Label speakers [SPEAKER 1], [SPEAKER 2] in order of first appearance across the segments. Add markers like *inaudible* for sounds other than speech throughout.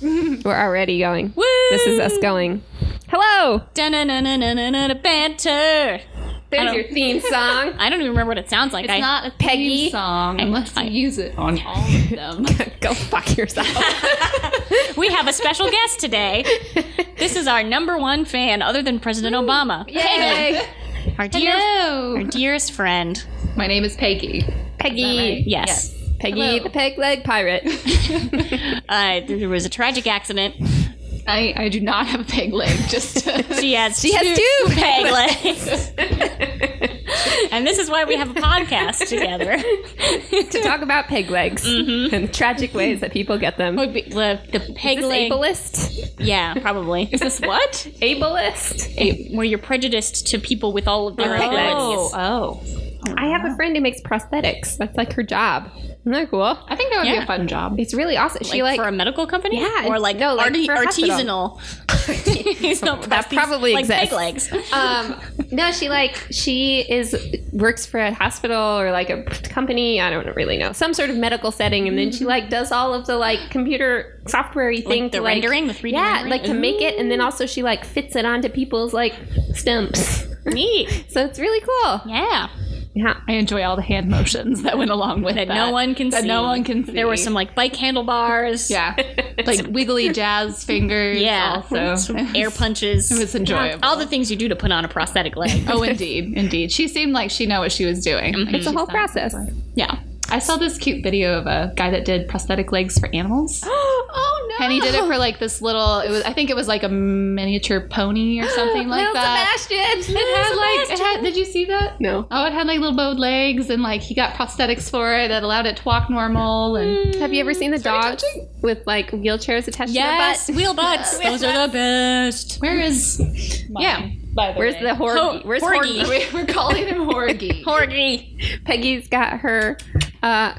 [SPEAKER 1] *laughs* We're already going. This is us going. Hello.
[SPEAKER 2] Banter.
[SPEAKER 1] There's
[SPEAKER 2] don't-
[SPEAKER 1] your *laughs* theme song.
[SPEAKER 2] I don't even remember what it sounds like.
[SPEAKER 3] It's
[SPEAKER 2] I,
[SPEAKER 3] not a
[SPEAKER 1] Peggy.
[SPEAKER 3] Peggy song unless you use it
[SPEAKER 1] *laughs*
[SPEAKER 3] on all of them.
[SPEAKER 1] Go fuck yourself.
[SPEAKER 2] *laughs* we have a special guest today. This is our number one fan, other than President Obama.
[SPEAKER 1] *laughs*
[SPEAKER 2] Peggy,
[SPEAKER 1] Yay.
[SPEAKER 2] our dear, our
[SPEAKER 3] Hello.
[SPEAKER 2] dearest friend.
[SPEAKER 3] My name is Peggy.
[SPEAKER 1] Peggy.
[SPEAKER 2] Yes.
[SPEAKER 1] Peggy
[SPEAKER 3] Hello.
[SPEAKER 1] the peg leg pirate.
[SPEAKER 2] Uh, there was a tragic accident.
[SPEAKER 3] I, I do not have a peg leg. Just
[SPEAKER 2] *laughs* She has
[SPEAKER 1] She has two
[SPEAKER 2] peg legs. *laughs* and this is why we have a podcast
[SPEAKER 1] *laughs*
[SPEAKER 2] together.
[SPEAKER 1] to talk about peg legs and the tragic ways that people get them.
[SPEAKER 2] Would be the, the Oh, peg
[SPEAKER 1] Is this
[SPEAKER 2] leg.
[SPEAKER 1] ableist?
[SPEAKER 2] Yeah, probably. Is this what?
[SPEAKER 1] Ableist.
[SPEAKER 2] where you're prejudiced to people with all of their
[SPEAKER 1] Oh.
[SPEAKER 2] peg legs.
[SPEAKER 3] oh.
[SPEAKER 1] I have a friend who makes prosthetics. That's like her job. Isn't that cool?
[SPEAKER 3] I think that would be
[SPEAKER 2] Yeah.
[SPEAKER 3] a fun job.
[SPEAKER 1] It's really awesome. she
[SPEAKER 2] like,
[SPEAKER 1] like
[SPEAKER 2] for a medical company?
[SPEAKER 1] Yeah,
[SPEAKER 2] or like
[SPEAKER 1] no, like
[SPEAKER 2] arti-
[SPEAKER 1] for a
[SPEAKER 2] artisanal.
[SPEAKER 1] hospital.
[SPEAKER 2] artisanal *laughs*
[SPEAKER 1] That
[SPEAKER 2] prosthetics,
[SPEAKER 1] probably
[SPEAKER 2] like peg
[SPEAKER 1] exists.
[SPEAKER 2] legs.
[SPEAKER 1] *laughs*
[SPEAKER 2] *laughs* Uh,
[SPEAKER 1] um no she like she is works for a hospital or like a company i don't really know some sort of medical setting and then she like does all of the like computer softwarey thing
[SPEAKER 2] Like the
[SPEAKER 1] to,
[SPEAKER 2] rendering, the 3D
[SPEAKER 1] yeah
[SPEAKER 2] rendering?
[SPEAKER 1] like to make it and then also she like fits it onto people's like stumps *laughs*
[SPEAKER 2] Neat.
[SPEAKER 1] so it's really cool
[SPEAKER 2] Yeah.
[SPEAKER 1] yeah
[SPEAKER 3] I enjoy all the hand motions that went along with
[SPEAKER 2] That
[SPEAKER 3] that.
[SPEAKER 2] no one can
[SPEAKER 3] that
[SPEAKER 2] see.
[SPEAKER 3] no one can see.
[SPEAKER 2] There were some like bike handlebars. *laughs*
[SPEAKER 3] yeah, like wiggly jazz fingers.
[SPEAKER 2] Yeah.
[SPEAKER 3] *laughs* also
[SPEAKER 2] Some *laughs* air punches.
[SPEAKER 3] It was enjoyable.
[SPEAKER 2] All the things you do to put on a prosthetic leg. *laughs*
[SPEAKER 3] Oh, indeed, indeed. She seemed like she knew what she was doing.
[SPEAKER 2] Mm-hmm.
[SPEAKER 1] it's a whole process *gasps*
[SPEAKER 3] Yeah. I saw this cute video of a guy that did prosthetic legs for animals.
[SPEAKER 1] oh no
[SPEAKER 3] And he did it for like this little. It was, I think it was like a miniature pony or
[SPEAKER 2] *gasps*
[SPEAKER 3] something like
[SPEAKER 1] Little
[SPEAKER 3] that.
[SPEAKER 1] sebastian
[SPEAKER 3] It had like. It had, did you see that?
[SPEAKER 1] no
[SPEAKER 3] Oh, it had like little bowed legs, and like he got prosthetics for it that allowed it to walk normal. And
[SPEAKER 1] have you ever seen the
[SPEAKER 3] very
[SPEAKER 1] dogs
[SPEAKER 3] touching.
[SPEAKER 1] with like wheelchairs attached
[SPEAKER 2] yes.
[SPEAKER 1] to their butt
[SPEAKER 2] Wheel butts. *laughs* Those are the best.
[SPEAKER 3] where is? Yeah, by the
[SPEAKER 1] where's
[SPEAKER 3] way.
[SPEAKER 1] the horgy where's
[SPEAKER 2] Horgy.
[SPEAKER 1] horgy
[SPEAKER 3] *laughs* We're calling him *laughs* Horgy.
[SPEAKER 2] Corgi.
[SPEAKER 1] *laughs* Peggy's got her uh,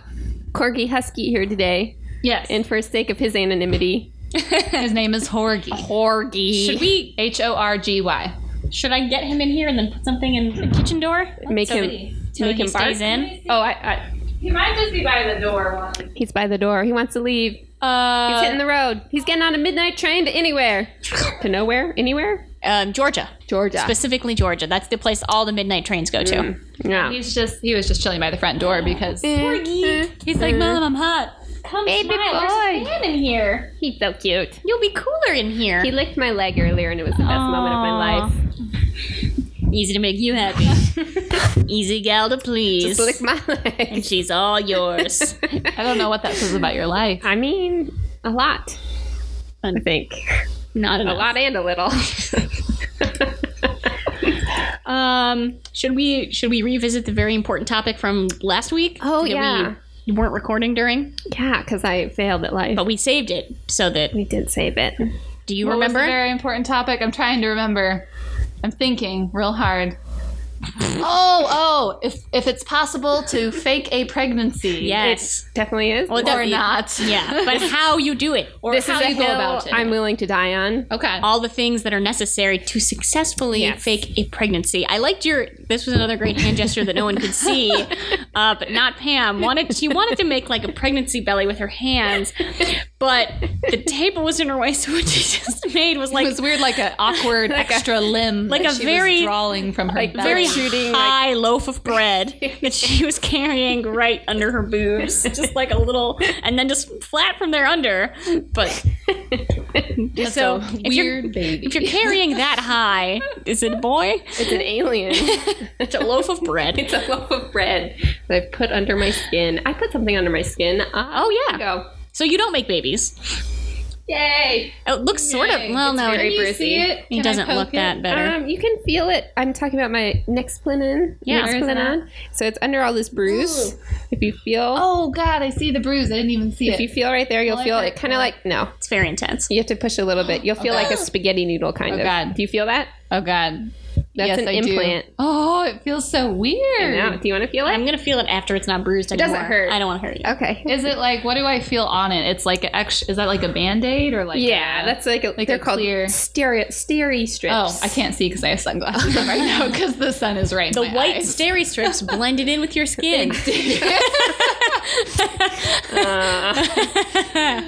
[SPEAKER 1] corgi husky here today,
[SPEAKER 3] yes,
[SPEAKER 1] and for sake of his anonymity,
[SPEAKER 3] his name is Horgy.
[SPEAKER 2] Should
[SPEAKER 1] corgi.
[SPEAKER 2] we?
[SPEAKER 3] H O R G Y.
[SPEAKER 2] Should I get him in here and then put something in the kitchen door?
[SPEAKER 1] Make
[SPEAKER 2] so
[SPEAKER 1] him-
[SPEAKER 2] that he- so
[SPEAKER 1] make
[SPEAKER 2] he
[SPEAKER 1] him bark?
[SPEAKER 2] stays in.
[SPEAKER 1] Oh, I, I,
[SPEAKER 4] He might just be by the door once.
[SPEAKER 1] he's by the door. He wants to leave. He's
[SPEAKER 2] Uh,
[SPEAKER 1] hitting the road. He's getting on a midnight train to anywhere, to nowhere, anywhere.
[SPEAKER 2] *laughs* um, Georgia.
[SPEAKER 1] Georgia.
[SPEAKER 2] *laughs* Specifically Georgia. That's the place all the midnight trains go to.
[SPEAKER 1] Mm. yeah.
[SPEAKER 3] He's just he was just chilling by the front door because
[SPEAKER 1] Corgi.
[SPEAKER 2] He's like, Mom, I'm hot. Come
[SPEAKER 1] Mm-hmm. Baby
[SPEAKER 2] smile. There's a
[SPEAKER 1] boy."
[SPEAKER 2] fan in here.
[SPEAKER 1] He's so cute.
[SPEAKER 2] You'll be cooler in here.
[SPEAKER 1] He licked my leg earlier, and it was the best moment of my
[SPEAKER 2] Aw.
[SPEAKER 1] life.
[SPEAKER 2] *laughs* Easy to make you
[SPEAKER 1] *laughs*
[SPEAKER 2] happy. Easy gal to please.
[SPEAKER 1] Just lick my *laughs*
[SPEAKER 2] and
[SPEAKER 1] leg.
[SPEAKER 2] *laughs* she's
[SPEAKER 1] *laughs*
[SPEAKER 2] all yours.
[SPEAKER 3] I don't know what that says about your life.
[SPEAKER 1] I mean, a lot. I think
[SPEAKER 2] Not
[SPEAKER 1] a
[SPEAKER 2] enough.
[SPEAKER 1] lot and a little. *laughs*
[SPEAKER 2] Um, should we should we revisit the very important topic from last week?
[SPEAKER 1] Oh,
[SPEAKER 2] that
[SPEAKER 1] yeah.
[SPEAKER 2] We weren't recording during,
[SPEAKER 1] yeah, because I failed at life.
[SPEAKER 2] but we saved it so that.
[SPEAKER 1] We did save it.
[SPEAKER 2] Do you
[SPEAKER 3] What was the
[SPEAKER 2] remember?
[SPEAKER 3] very important topic. I'm trying to remember. I'm thinking real hard. oh, oh! If if it's possible to fake a pregnancy,
[SPEAKER 2] yes.
[SPEAKER 1] Definitely is.
[SPEAKER 2] Well,
[SPEAKER 3] or
[SPEAKER 2] that-
[SPEAKER 3] not,
[SPEAKER 2] yeah,
[SPEAKER 1] *laughs*
[SPEAKER 2] but how you do it,
[SPEAKER 3] or
[SPEAKER 1] this
[SPEAKER 3] how
[SPEAKER 1] is a
[SPEAKER 3] you
[SPEAKER 1] hill
[SPEAKER 3] go about it.
[SPEAKER 1] I'm willing to die on. *laughs*
[SPEAKER 3] okay.
[SPEAKER 2] all the things that are necessary to successfully
[SPEAKER 1] Yes.
[SPEAKER 2] fake a pregnancy. I liked your. This was another great hand gesture that no one could see, uh, but not Pam. wanted She wanted to make like a pregnancy belly with her hands, but the table was in her way. So what she just made was like
[SPEAKER 3] it was weird, like an awkward extra limb,
[SPEAKER 2] like
[SPEAKER 3] that
[SPEAKER 2] a
[SPEAKER 3] she
[SPEAKER 2] very-
[SPEAKER 3] was drawing from her
[SPEAKER 1] like
[SPEAKER 3] belly.
[SPEAKER 2] very
[SPEAKER 1] shooting, like-
[SPEAKER 2] high loaf of bread that she was carrying right under her boobs, just like a little, and then just flat from there under. But
[SPEAKER 3] That's
[SPEAKER 2] so
[SPEAKER 3] a
[SPEAKER 2] if you're-
[SPEAKER 3] weird baby.
[SPEAKER 2] if you're carrying that high, is it a boy?
[SPEAKER 1] It's an alien.
[SPEAKER 2] It's a loaf of bread.
[SPEAKER 1] it's a loaf of bread that I've put under my skin. I put something under my skin. uh,
[SPEAKER 2] Oh, yeah.
[SPEAKER 1] Go.
[SPEAKER 2] So you don't make babies.
[SPEAKER 1] Yay.
[SPEAKER 2] It looks sort of.
[SPEAKER 3] Yay.
[SPEAKER 2] Well,
[SPEAKER 1] It's
[SPEAKER 2] no,
[SPEAKER 1] very
[SPEAKER 2] it,
[SPEAKER 1] bruisey.
[SPEAKER 3] it?
[SPEAKER 2] it doesn't look that better.
[SPEAKER 1] Um, you can feel it. I'm talking about my neck splenion.
[SPEAKER 2] Yeah.
[SPEAKER 1] Neck
[SPEAKER 3] Where is that?
[SPEAKER 1] splenion. So it's under all this bruise. If you feel,
[SPEAKER 3] Oh God, I see the bruise. I didn't even see
[SPEAKER 1] if you
[SPEAKER 3] it.
[SPEAKER 1] feel right there, you'll
[SPEAKER 3] Well, I
[SPEAKER 1] feel
[SPEAKER 3] hurt.
[SPEAKER 1] it. Kind of like no.
[SPEAKER 2] it's very intense.
[SPEAKER 1] You have to push a little bit. You'll feel like a spaghetti noodle kind
[SPEAKER 3] Oh,
[SPEAKER 1] of.
[SPEAKER 3] God.
[SPEAKER 1] Do you feel that?
[SPEAKER 3] Oh God,
[SPEAKER 1] That's
[SPEAKER 3] yes,
[SPEAKER 1] an
[SPEAKER 3] I do.
[SPEAKER 1] implant.
[SPEAKER 3] Oh, it feels so weird.
[SPEAKER 1] No. Do you want to feel
[SPEAKER 2] I'm
[SPEAKER 1] it?
[SPEAKER 2] gonna feel it after it's not bruised
[SPEAKER 1] doesn't
[SPEAKER 2] anymore.
[SPEAKER 1] hurt.
[SPEAKER 2] I don't want to hurt you.
[SPEAKER 1] okay.
[SPEAKER 3] Is it like what do I feel on it? It's like an ex Is that like a band aid or like?
[SPEAKER 1] yeah,
[SPEAKER 3] a-
[SPEAKER 1] that's like, a,
[SPEAKER 3] like
[SPEAKER 1] they're
[SPEAKER 3] a
[SPEAKER 1] called
[SPEAKER 3] clear-
[SPEAKER 1] stereo steri strips.
[SPEAKER 3] Oh, I can't see because I have sunglasses on right now
[SPEAKER 2] *laughs*
[SPEAKER 3] because the sun is right. in
[SPEAKER 2] The
[SPEAKER 3] my
[SPEAKER 2] white
[SPEAKER 3] eyes.
[SPEAKER 2] steri strips blended in with your skin.
[SPEAKER 1] Uh,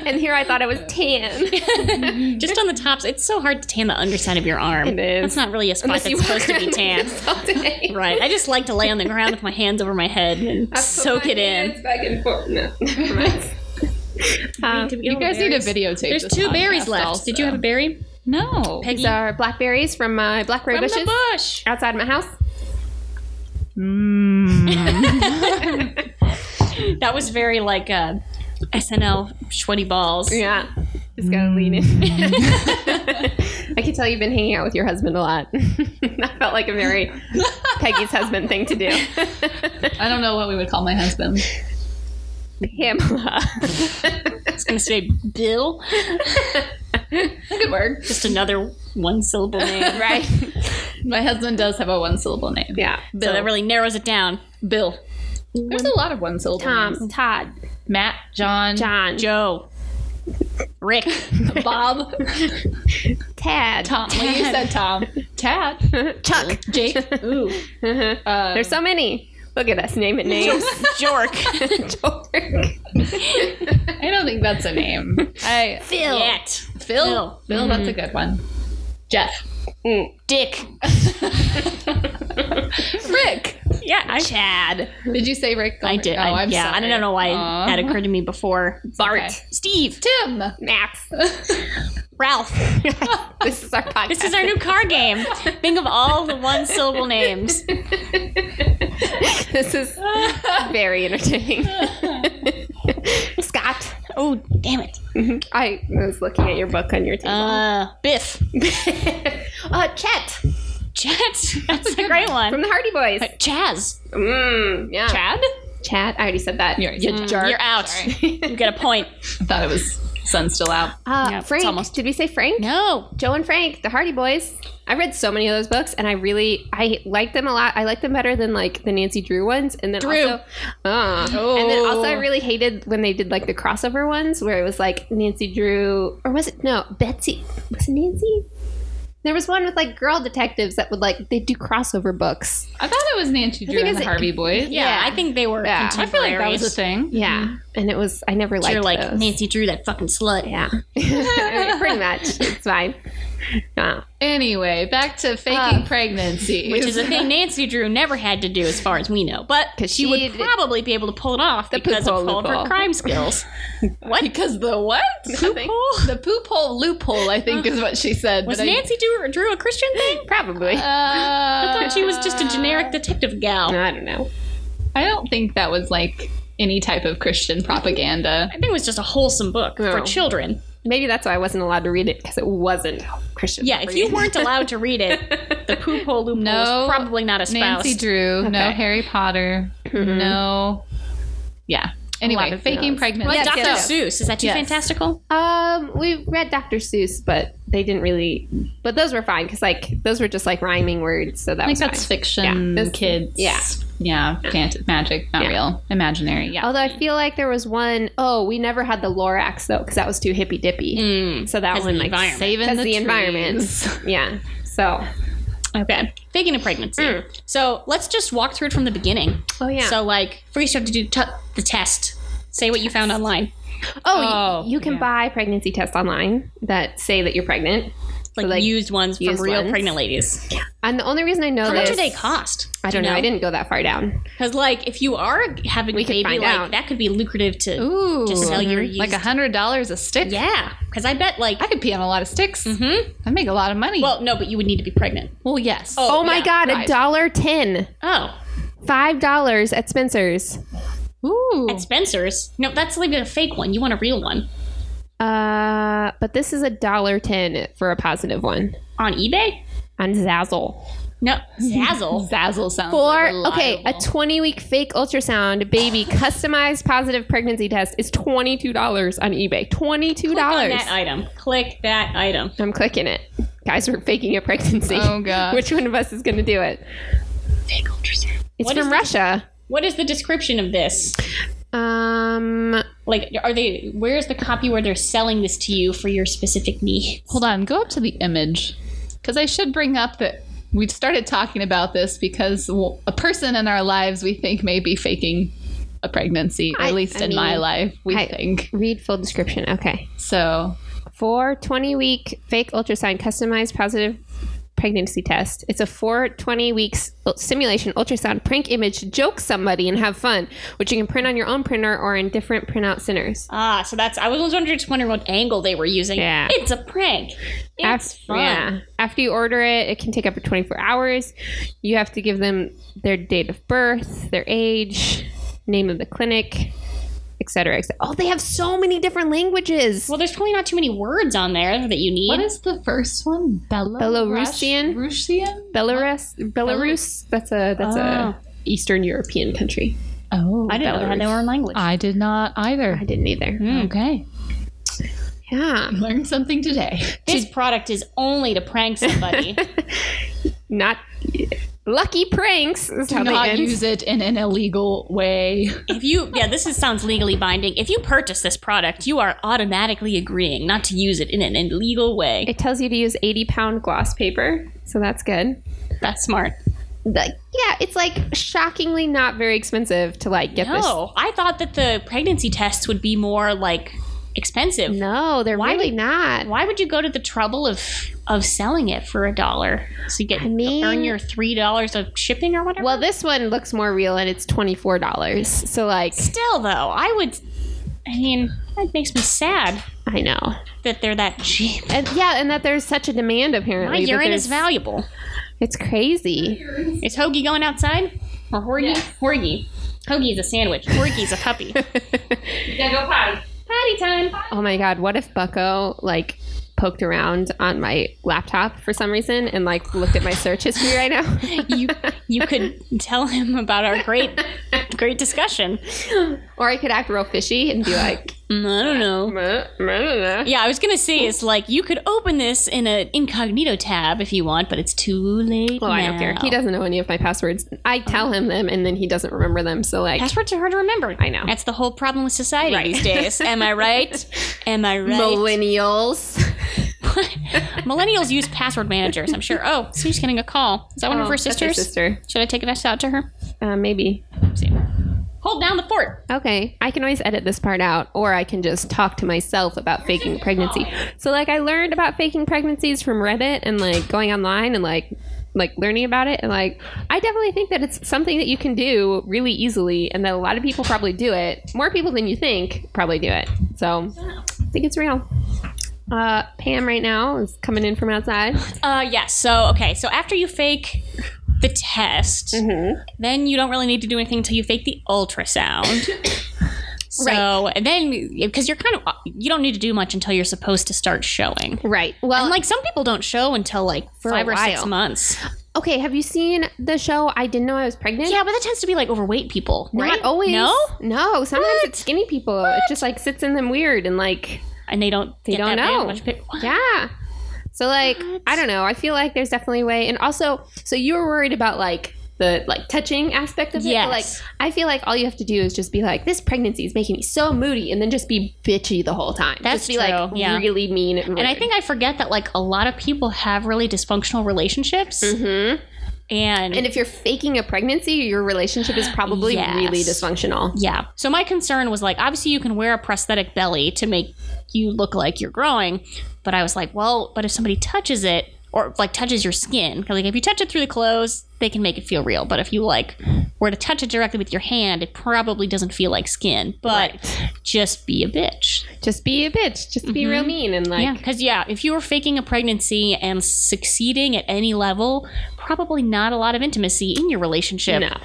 [SPEAKER 1] and here I thought I was
[SPEAKER 3] *laughs*
[SPEAKER 1] tan. *laughs*
[SPEAKER 2] Just on the tops, it's so hard to tan the underside of your arm.
[SPEAKER 1] It is.
[SPEAKER 2] That's not really a spot that's supposed to be tan.
[SPEAKER 1] tan.
[SPEAKER 2] Right. I just like to lay on the ground with my hands over my head and soak it in.
[SPEAKER 1] Back and forth. No.
[SPEAKER 3] *laughs*
[SPEAKER 1] um,
[SPEAKER 3] You guys need to videotape.
[SPEAKER 2] There's
[SPEAKER 3] this
[SPEAKER 2] two berries
[SPEAKER 3] podcast
[SPEAKER 2] left.
[SPEAKER 3] also.
[SPEAKER 2] Did you have a berry?
[SPEAKER 3] No.
[SPEAKER 2] Peggy?
[SPEAKER 1] these are blackberries from my blackberry
[SPEAKER 2] From
[SPEAKER 1] bushes
[SPEAKER 2] the bush.
[SPEAKER 1] outside my house.
[SPEAKER 2] That was very like uh, SNL sweaty balls.
[SPEAKER 1] Yeah. Just gotta lean in. *laughs* I can tell you've been hanging out with your husband a lot. *laughs* that felt like a very Peggy's husband thing to do.
[SPEAKER 3] I don't know what we would call my husband.
[SPEAKER 1] Pamela.
[SPEAKER 2] I was gonna say Bill.
[SPEAKER 3] Good word.
[SPEAKER 2] Just another one *laughs* syllable name.
[SPEAKER 1] right.
[SPEAKER 3] My husband does have a one syllable name.
[SPEAKER 1] Yeah.
[SPEAKER 2] So that really narrows it down.
[SPEAKER 3] Bill. There's a lot of one syllable names.
[SPEAKER 1] Tom, Todd,
[SPEAKER 3] Matt, John,
[SPEAKER 1] John,
[SPEAKER 2] Joe. Rick.
[SPEAKER 3] *laughs* Bob,
[SPEAKER 1] Tad,
[SPEAKER 3] Tom. Well, you said Tom. Tad,
[SPEAKER 1] Chuck.
[SPEAKER 3] *laughs* Jake. Ooh. Uh,
[SPEAKER 1] There's so many. Look at us naming
[SPEAKER 2] *laughs*
[SPEAKER 1] names. *laughs*
[SPEAKER 2] Jork.
[SPEAKER 1] Jork.
[SPEAKER 3] I don't think that's a name. I
[SPEAKER 2] Phil. Yet.
[SPEAKER 3] Phil.
[SPEAKER 2] Phil.
[SPEAKER 3] Phil, that's a good one. Jeff.
[SPEAKER 2] Dick.
[SPEAKER 3] Rick.
[SPEAKER 2] Yeah. I, Chad.
[SPEAKER 3] Did you say Rick?
[SPEAKER 2] I did.
[SPEAKER 3] Oh,
[SPEAKER 2] I,
[SPEAKER 3] I'm
[SPEAKER 2] yeah.
[SPEAKER 3] sorry.
[SPEAKER 2] I don't know why
[SPEAKER 3] Aw.
[SPEAKER 2] that occurred to me before.
[SPEAKER 1] Bart.
[SPEAKER 3] okay.
[SPEAKER 2] Steve.
[SPEAKER 3] Tim.
[SPEAKER 1] Max.
[SPEAKER 3] *laughs*
[SPEAKER 2] Ralph.
[SPEAKER 1] this is our podcast.
[SPEAKER 2] This is our new car game. Think of all the one syllable
[SPEAKER 1] *laughs*
[SPEAKER 2] names.
[SPEAKER 1] this is very entertaining. *laughs* Scott.
[SPEAKER 2] Oh, damn it.
[SPEAKER 1] Mm-hmm. I was looking at your book on your table. *laughs*
[SPEAKER 2] Uh, Biff.
[SPEAKER 1] uh, Chet
[SPEAKER 2] Chet. *laughs* That's a great one.
[SPEAKER 1] from the Hardy Boys.
[SPEAKER 2] Chaz.
[SPEAKER 1] Mm, yeah.
[SPEAKER 2] Chad?
[SPEAKER 1] Chad. I already said that. Mm.
[SPEAKER 3] You're, you jerk.
[SPEAKER 2] You're out.
[SPEAKER 3] Sorry.
[SPEAKER 2] You get a point.
[SPEAKER 3] I thought it was sun's still out.
[SPEAKER 1] *laughs* Uh,
[SPEAKER 2] Yeah, it's
[SPEAKER 1] Frank.
[SPEAKER 2] almost-
[SPEAKER 1] Did we say Frank?
[SPEAKER 2] No.
[SPEAKER 1] Joe and Frank, the Hardy Boys. I read so many of those books, and I really I like them a lot. I like them better than like the Nancy Drew ones, and then
[SPEAKER 2] Drew.
[SPEAKER 1] also, uh, and then also I really hated when they did like the crossover ones where it was like Nancy Drew or was it no Betsy? Was it Nancy? There was one with like girl detectives that would like they do crossover books.
[SPEAKER 3] I thought it was Nancy Drew
[SPEAKER 1] think
[SPEAKER 3] and
[SPEAKER 1] it's
[SPEAKER 3] the
[SPEAKER 1] a-
[SPEAKER 3] Harvey Boys.
[SPEAKER 2] Yeah,
[SPEAKER 1] Yeah.
[SPEAKER 2] I think they were
[SPEAKER 1] Yeah. I
[SPEAKER 3] I feel like that was a
[SPEAKER 2] contemporaries.
[SPEAKER 3] thing.
[SPEAKER 1] Yeah, and it was I never liked.
[SPEAKER 2] You're like
[SPEAKER 1] those.
[SPEAKER 2] Nancy Drew, that fucking slut.
[SPEAKER 1] Yeah, *laughs* pretty much. It's
[SPEAKER 2] *laughs*
[SPEAKER 1] fine. Uh, Yeah.
[SPEAKER 3] Anyway, back to faking pregnancy.
[SPEAKER 2] Ah. *laughs* Which is
[SPEAKER 3] *laughs*
[SPEAKER 2] a thing Nancy Drew never had to do, as far as we know. But
[SPEAKER 1] *laughs* 'Cause
[SPEAKER 2] she,
[SPEAKER 1] she
[SPEAKER 2] would
[SPEAKER 1] did-
[SPEAKER 2] probably be able to pull it off
[SPEAKER 1] The
[SPEAKER 2] because of
[SPEAKER 1] poophole
[SPEAKER 2] all of her
[SPEAKER 1] loophole. *laughs*
[SPEAKER 2] crime skills.
[SPEAKER 3] what? Because
[SPEAKER 2] *laughs*
[SPEAKER 3] the what?
[SPEAKER 2] Poophole?
[SPEAKER 3] The poop hole loophole, I think, is what she said.
[SPEAKER 2] Was
[SPEAKER 3] but I-
[SPEAKER 2] Nancy Drew, Drew a Christian thing?
[SPEAKER 1] Probably.
[SPEAKER 3] Uh,
[SPEAKER 2] I thought she was just a
[SPEAKER 1] Uh,
[SPEAKER 2] generic detective gal.
[SPEAKER 1] I don't know.
[SPEAKER 3] I don't think that was like any type of Christian propaganda.
[SPEAKER 2] I think it was just a wholesome book for
[SPEAKER 1] No.
[SPEAKER 2] children.
[SPEAKER 1] Maybe that's why I wasn't allowed to read it because it wasn't Christian.
[SPEAKER 2] Yeah, if you weren't allowed to read
[SPEAKER 1] *laughs*
[SPEAKER 2] it, the poop hole loophole
[SPEAKER 3] No,
[SPEAKER 2] was probably not a spouse. Mm-hmm.
[SPEAKER 3] Nancy Drew, no
[SPEAKER 1] Okay.
[SPEAKER 3] Harry Potter, no. Yeah. Anyway,
[SPEAKER 1] of
[SPEAKER 3] faking
[SPEAKER 1] those.
[SPEAKER 3] pregnancy.
[SPEAKER 2] Like
[SPEAKER 1] Yes,
[SPEAKER 2] Dr.
[SPEAKER 1] yes.
[SPEAKER 2] Seuss. Is that too
[SPEAKER 3] Yes.
[SPEAKER 2] fantastical?
[SPEAKER 1] Um, we read Dr. Seuss, but they didn't really. But those were fine because like those were just like rhyming words, so that
[SPEAKER 3] like
[SPEAKER 1] was
[SPEAKER 3] that's
[SPEAKER 1] fine.
[SPEAKER 3] fiction,
[SPEAKER 1] Yeah, this-
[SPEAKER 3] kids.
[SPEAKER 1] yeah.
[SPEAKER 3] Yeah, fant- magic, not
[SPEAKER 1] Yeah.
[SPEAKER 3] real, imaginary. Yeah.
[SPEAKER 1] Although I feel like there was one oh we never had the Lorax though because that was too hippy dippy. So that
[SPEAKER 2] Mm, 'cause
[SPEAKER 1] one
[SPEAKER 2] of the
[SPEAKER 1] like
[SPEAKER 2] environment.
[SPEAKER 1] saving the,
[SPEAKER 3] trees.
[SPEAKER 1] environment.
[SPEAKER 2] *laughs*
[SPEAKER 1] Yeah. So
[SPEAKER 2] Okay. Faking a pregnancy. So let's just walk through it from the beginning.
[SPEAKER 1] Hmm. oh yeah.
[SPEAKER 2] So, like, first you have to do t- the test. Say what you found online.
[SPEAKER 1] oh, y-
[SPEAKER 3] Oh,
[SPEAKER 1] you can
[SPEAKER 3] yeah.
[SPEAKER 1] buy pregnancy tests online that say that you're pregnant.
[SPEAKER 2] Like,
[SPEAKER 1] like,
[SPEAKER 2] used ones from
[SPEAKER 1] used
[SPEAKER 2] real
[SPEAKER 1] ones.
[SPEAKER 2] pregnant ladies.
[SPEAKER 1] And the only reason I know
[SPEAKER 2] How
[SPEAKER 1] this,
[SPEAKER 2] much do they cost?
[SPEAKER 1] I don't know. I didn't go that far down.
[SPEAKER 2] Because, like, if you are having
[SPEAKER 1] We
[SPEAKER 2] a
[SPEAKER 1] could
[SPEAKER 2] baby,
[SPEAKER 1] find
[SPEAKER 2] like,
[SPEAKER 1] out.
[SPEAKER 2] that could be lucrative to.
[SPEAKER 3] Ooh.
[SPEAKER 2] Just sell your
[SPEAKER 3] like
[SPEAKER 2] used-
[SPEAKER 3] a hundred dollars a stick.
[SPEAKER 2] Yeah. Because I bet, like,
[SPEAKER 3] I could pee on a lot of sticks.
[SPEAKER 1] Mm-hmm.
[SPEAKER 2] Mhm.
[SPEAKER 3] I make a lot of money.
[SPEAKER 2] well, no, but you would need to be pregnant.
[SPEAKER 3] well, yes.
[SPEAKER 1] Oh, my
[SPEAKER 2] yeah,
[SPEAKER 1] god, a
[SPEAKER 3] right.
[SPEAKER 1] dollar ten.
[SPEAKER 2] Oh,
[SPEAKER 1] Five dollars at Spencer's.
[SPEAKER 3] Ooh.
[SPEAKER 2] at Spencer's? No, that's like a fake one. You want a real one
[SPEAKER 1] Uh, but this is a dollar ten for a positive one
[SPEAKER 2] on eBay?
[SPEAKER 1] on Zazzle.
[SPEAKER 2] No, Zazzle.
[SPEAKER 3] Zazzle sounds
[SPEAKER 1] Or
[SPEAKER 3] like reliable.
[SPEAKER 1] okay, a twenty-week fake ultrasound
[SPEAKER 2] *sighs*
[SPEAKER 1] baby customized positive pregnancy test is twenty-two dollars on eBay. Twenty-two
[SPEAKER 2] Click on
[SPEAKER 1] *laughs* dollars.
[SPEAKER 2] that item. Click that item.
[SPEAKER 1] I'm clicking it. Guys, we're faking a pregnancy.
[SPEAKER 3] Oh,
[SPEAKER 1] *laughs*
[SPEAKER 3] God.
[SPEAKER 1] Which one of us is going to do it?
[SPEAKER 2] Fake ultrasound.
[SPEAKER 1] It's
[SPEAKER 2] What is
[SPEAKER 1] from
[SPEAKER 2] the-
[SPEAKER 1] Russia.
[SPEAKER 2] What is the description of this?
[SPEAKER 1] Um,
[SPEAKER 2] Like, are they? Where is the copy where they're selling this to you for your specific needs?
[SPEAKER 3] Hold on, go up to the image. Because I should bring up that we started talking about this because well, a person in our lives we think may be faking a pregnancy, or
[SPEAKER 1] I-
[SPEAKER 3] at least
[SPEAKER 1] I
[SPEAKER 3] in my
[SPEAKER 1] mean,
[SPEAKER 3] life, we
[SPEAKER 1] I-
[SPEAKER 3] think.
[SPEAKER 1] Read full description. Okay.
[SPEAKER 3] So
[SPEAKER 1] Four 20 week fake ultrasound customized positive pregnancy test. It's a four 20 weeks ul- simulation ultrasound prank image to joke somebody and have fun, which you can print on your own printer or in different printout centers.
[SPEAKER 2] Ah, so that's. I was wondering, just wondering what angle they were using.
[SPEAKER 1] Yeah.
[SPEAKER 2] It's a prank. It's
[SPEAKER 1] Af-
[SPEAKER 2] fun.
[SPEAKER 1] After you order it, it can take up to 24 hours. You have to give them their date of birth, their age, name of the clinic, etc. etc. Oh, they have so many different languages.
[SPEAKER 2] Well, there's probably not too many words on there that you need.
[SPEAKER 3] what is the first one? Belo-
[SPEAKER 1] Belarusian?
[SPEAKER 3] Russian?
[SPEAKER 1] Belarus, Belarus. That's a that's a
[SPEAKER 2] Oh.
[SPEAKER 1] Eastern European country.
[SPEAKER 3] Oh,
[SPEAKER 2] I didn't know they had
[SPEAKER 1] Belarus.
[SPEAKER 2] their own language.
[SPEAKER 3] I did not either.
[SPEAKER 1] I didn't either.
[SPEAKER 2] Hmm.
[SPEAKER 3] Okay,
[SPEAKER 1] Yeah,
[SPEAKER 3] learned something today.
[SPEAKER 2] this product is only to prank somebody.
[SPEAKER 1] not lucky pranks. Is
[SPEAKER 3] Do
[SPEAKER 1] how they
[SPEAKER 3] not
[SPEAKER 1] end.
[SPEAKER 3] use it in an illegal way.
[SPEAKER 2] if you, yeah, this is, sounds legally binding. If you purchase this product, you are automatically agreeing not to use it in an illegal way.
[SPEAKER 1] It tells you to use 80 pound gloss paper, so that's good.
[SPEAKER 2] that's smart.
[SPEAKER 1] Like, yeah, it's like shockingly not very expensive to like get this.
[SPEAKER 2] No, I thought that the pregnancy tests would be more like expensive.
[SPEAKER 1] No, they're
[SPEAKER 2] Why
[SPEAKER 1] really
[SPEAKER 2] did-
[SPEAKER 1] not.
[SPEAKER 2] Why would you go to the trouble of of selling it for a dollar? So you get
[SPEAKER 1] I mean-
[SPEAKER 2] earn your three dollars of shipping or whatever.
[SPEAKER 1] Well, this one looks more real, and it's twenty four dollars. So like,
[SPEAKER 2] still though, I would. I mean, that makes me sad
[SPEAKER 1] I know,
[SPEAKER 2] that they're that cheap.
[SPEAKER 1] and yeah, and that there's such a demand
[SPEAKER 2] My
[SPEAKER 1] apparently. that
[SPEAKER 2] urine is
[SPEAKER 1] there's-
[SPEAKER 2] valuable.
[SPEAKER 1] It's crazy.
[SPEAKER 2] Is Hoagie going outside? Or Horgie? Horgie. Hoagie is a sandwich. Horgie's a puppy.
[SPEAKER 4] Yeah, go potty.
[SPEAKER 2] Potty time.
[SPEAKER 1] Oh my god, what if Bucko like poked around on my laptop for some reason and like looked at my search history right now?
[SPEAKER 2] *laughs* You you could tell him about our great great discussion.
[SPEAKER 1] or I could act real fishy and be like,
[SPEAKER 2] Mm, I don't know.
[SPEAKER 1] "Meh, meh, meh, meh."
[SPEAKER 2] Yeah, I was gonna say it's like you could open this in an incognito tab if you want, but it's too late.
[SPEAKER 1] well, I don't care.
[SPEAKER 2] now.
[SPEAKER 1] He doesn't know any of my passwords. I tell him them and then he doesn't remember them. So like
[SPEAKER 2] Passwords are hard to remember.
[SPEAKER 1] I know.
[SPEAKER 2] That's the whole problem with society
[SPEAKER 1] Right.
[SPEAKER 2] these days. Am I
[SPEAKER 1] *laughs*
[SPEAKER 2] right? Am I right?
[SPEAKER 1] millennials.
[SPEAKER 2] *laughs* Millennials use password managers, I'm sure. Oh, so she's getting a call. Is that one of
[SPEAKER 1] *laughs*
[SPEAKER 2] her
[SPEAKER 1] Oh, that's her
[SPEAKER 2] sisters?
[SPEAKER 1] sister.
[SPEAKER 2] Should I take a message out to her?
[SPEAKER 1] Uh, maybe.
[SPEAKER 2] Hold down the fort.
[SPEAKER 1] Okay, I can always edit this part out, or I can just talk to myself about faking pregnancy. So, like, I learned about faking pregnancies from Reddit and like going online and like like learning about it, and like I definitely think that it's something that you can do really easily, and that a lot of people probably do it. More people than you think probably do it. So, I think it's real. Uh, Pam right now is coming in from outside.
[SPEAKER 2] Uh, yes. so okay. So after you fake the test, then you don't really need to do anything until you fake the *coughs* ultrasound. So and then, because you're kind of, you don't need to do much until you're supposed to start showing.
[SPEAKER 1] Right. Well,
[SPEAKER 2] And like some people don't show until like
[SPEAKER 1] a
[SPEAKER 2] five or six
[SPEAKER 1] while.
[SPEAKER 2] months.
[SPEAKER 1] okay. Have you seen the show? I didn't know I was pregnant.
[SPEAKER 2] Yeah, but that tends to be like overweight people, right?
[SPEAKER 1] Not always.
[SPEAKER 2] No,
[SPEAKER 1] No. Sometimes it's skinny people. It just like sits in them weird and like
[SPEAKER 2] and they don't.
[SPEAKER 1] They
[SPEAKER 2] get
[SPEAKER 1] don't
[SPEAKER 2] that big
[SPEAKER 1] know.
[SPEAKER 2] Much pic- what?
[SPEAKER 1] yeah. So like I don't know. I feel like there's definitely a way. And also, so you were worried about like the like touching aspect of it. but,
[SPEAKER 2] Yes.
[SPEAKER 1] like I feel like all you have to do is just be like, this pregnancy is making me so moody, and then just be bitchy the whole time. just
[SPEAKER 2] That's
[SPEAKER 1] be like
[SPEAKER 2] true, yeah.
[SPEAKER 1] really mean. And,
[SPEAKER 2] And I think I forget that like a lot of people have really dysfunctional relationships,
[SPEAKER 1] hmm
[SPEAKER 2] Mm-hmm. and,
[SPEAKER 1] And if you're faking a pregnancy, your relationship is probably
[SPEAKER 2] Yes.
[SPEAKER 1] really dysfunctional.
[SPEAKER 2] yeah. So my concern was like, obviously you can wear a prosthetic belly to make you look like you're growing, but I was like, well, but if somebody touches it or like touches your skin, 'cause, like if you touch it through the clothes, they can make it feel real, but if you like were to touch it directly with your hand, it probably doesn't feel like skin. But just be a bitch.
[SPEAKER 1] Just be a bitch. Just be real mean and like
[SPEAKER 2] Mm-hmm. yeah, because yeah, if you were faking a pregnancy and succeeding at any level, probably not a lot of intimacy in your relationship
[SPEAKER 1] no,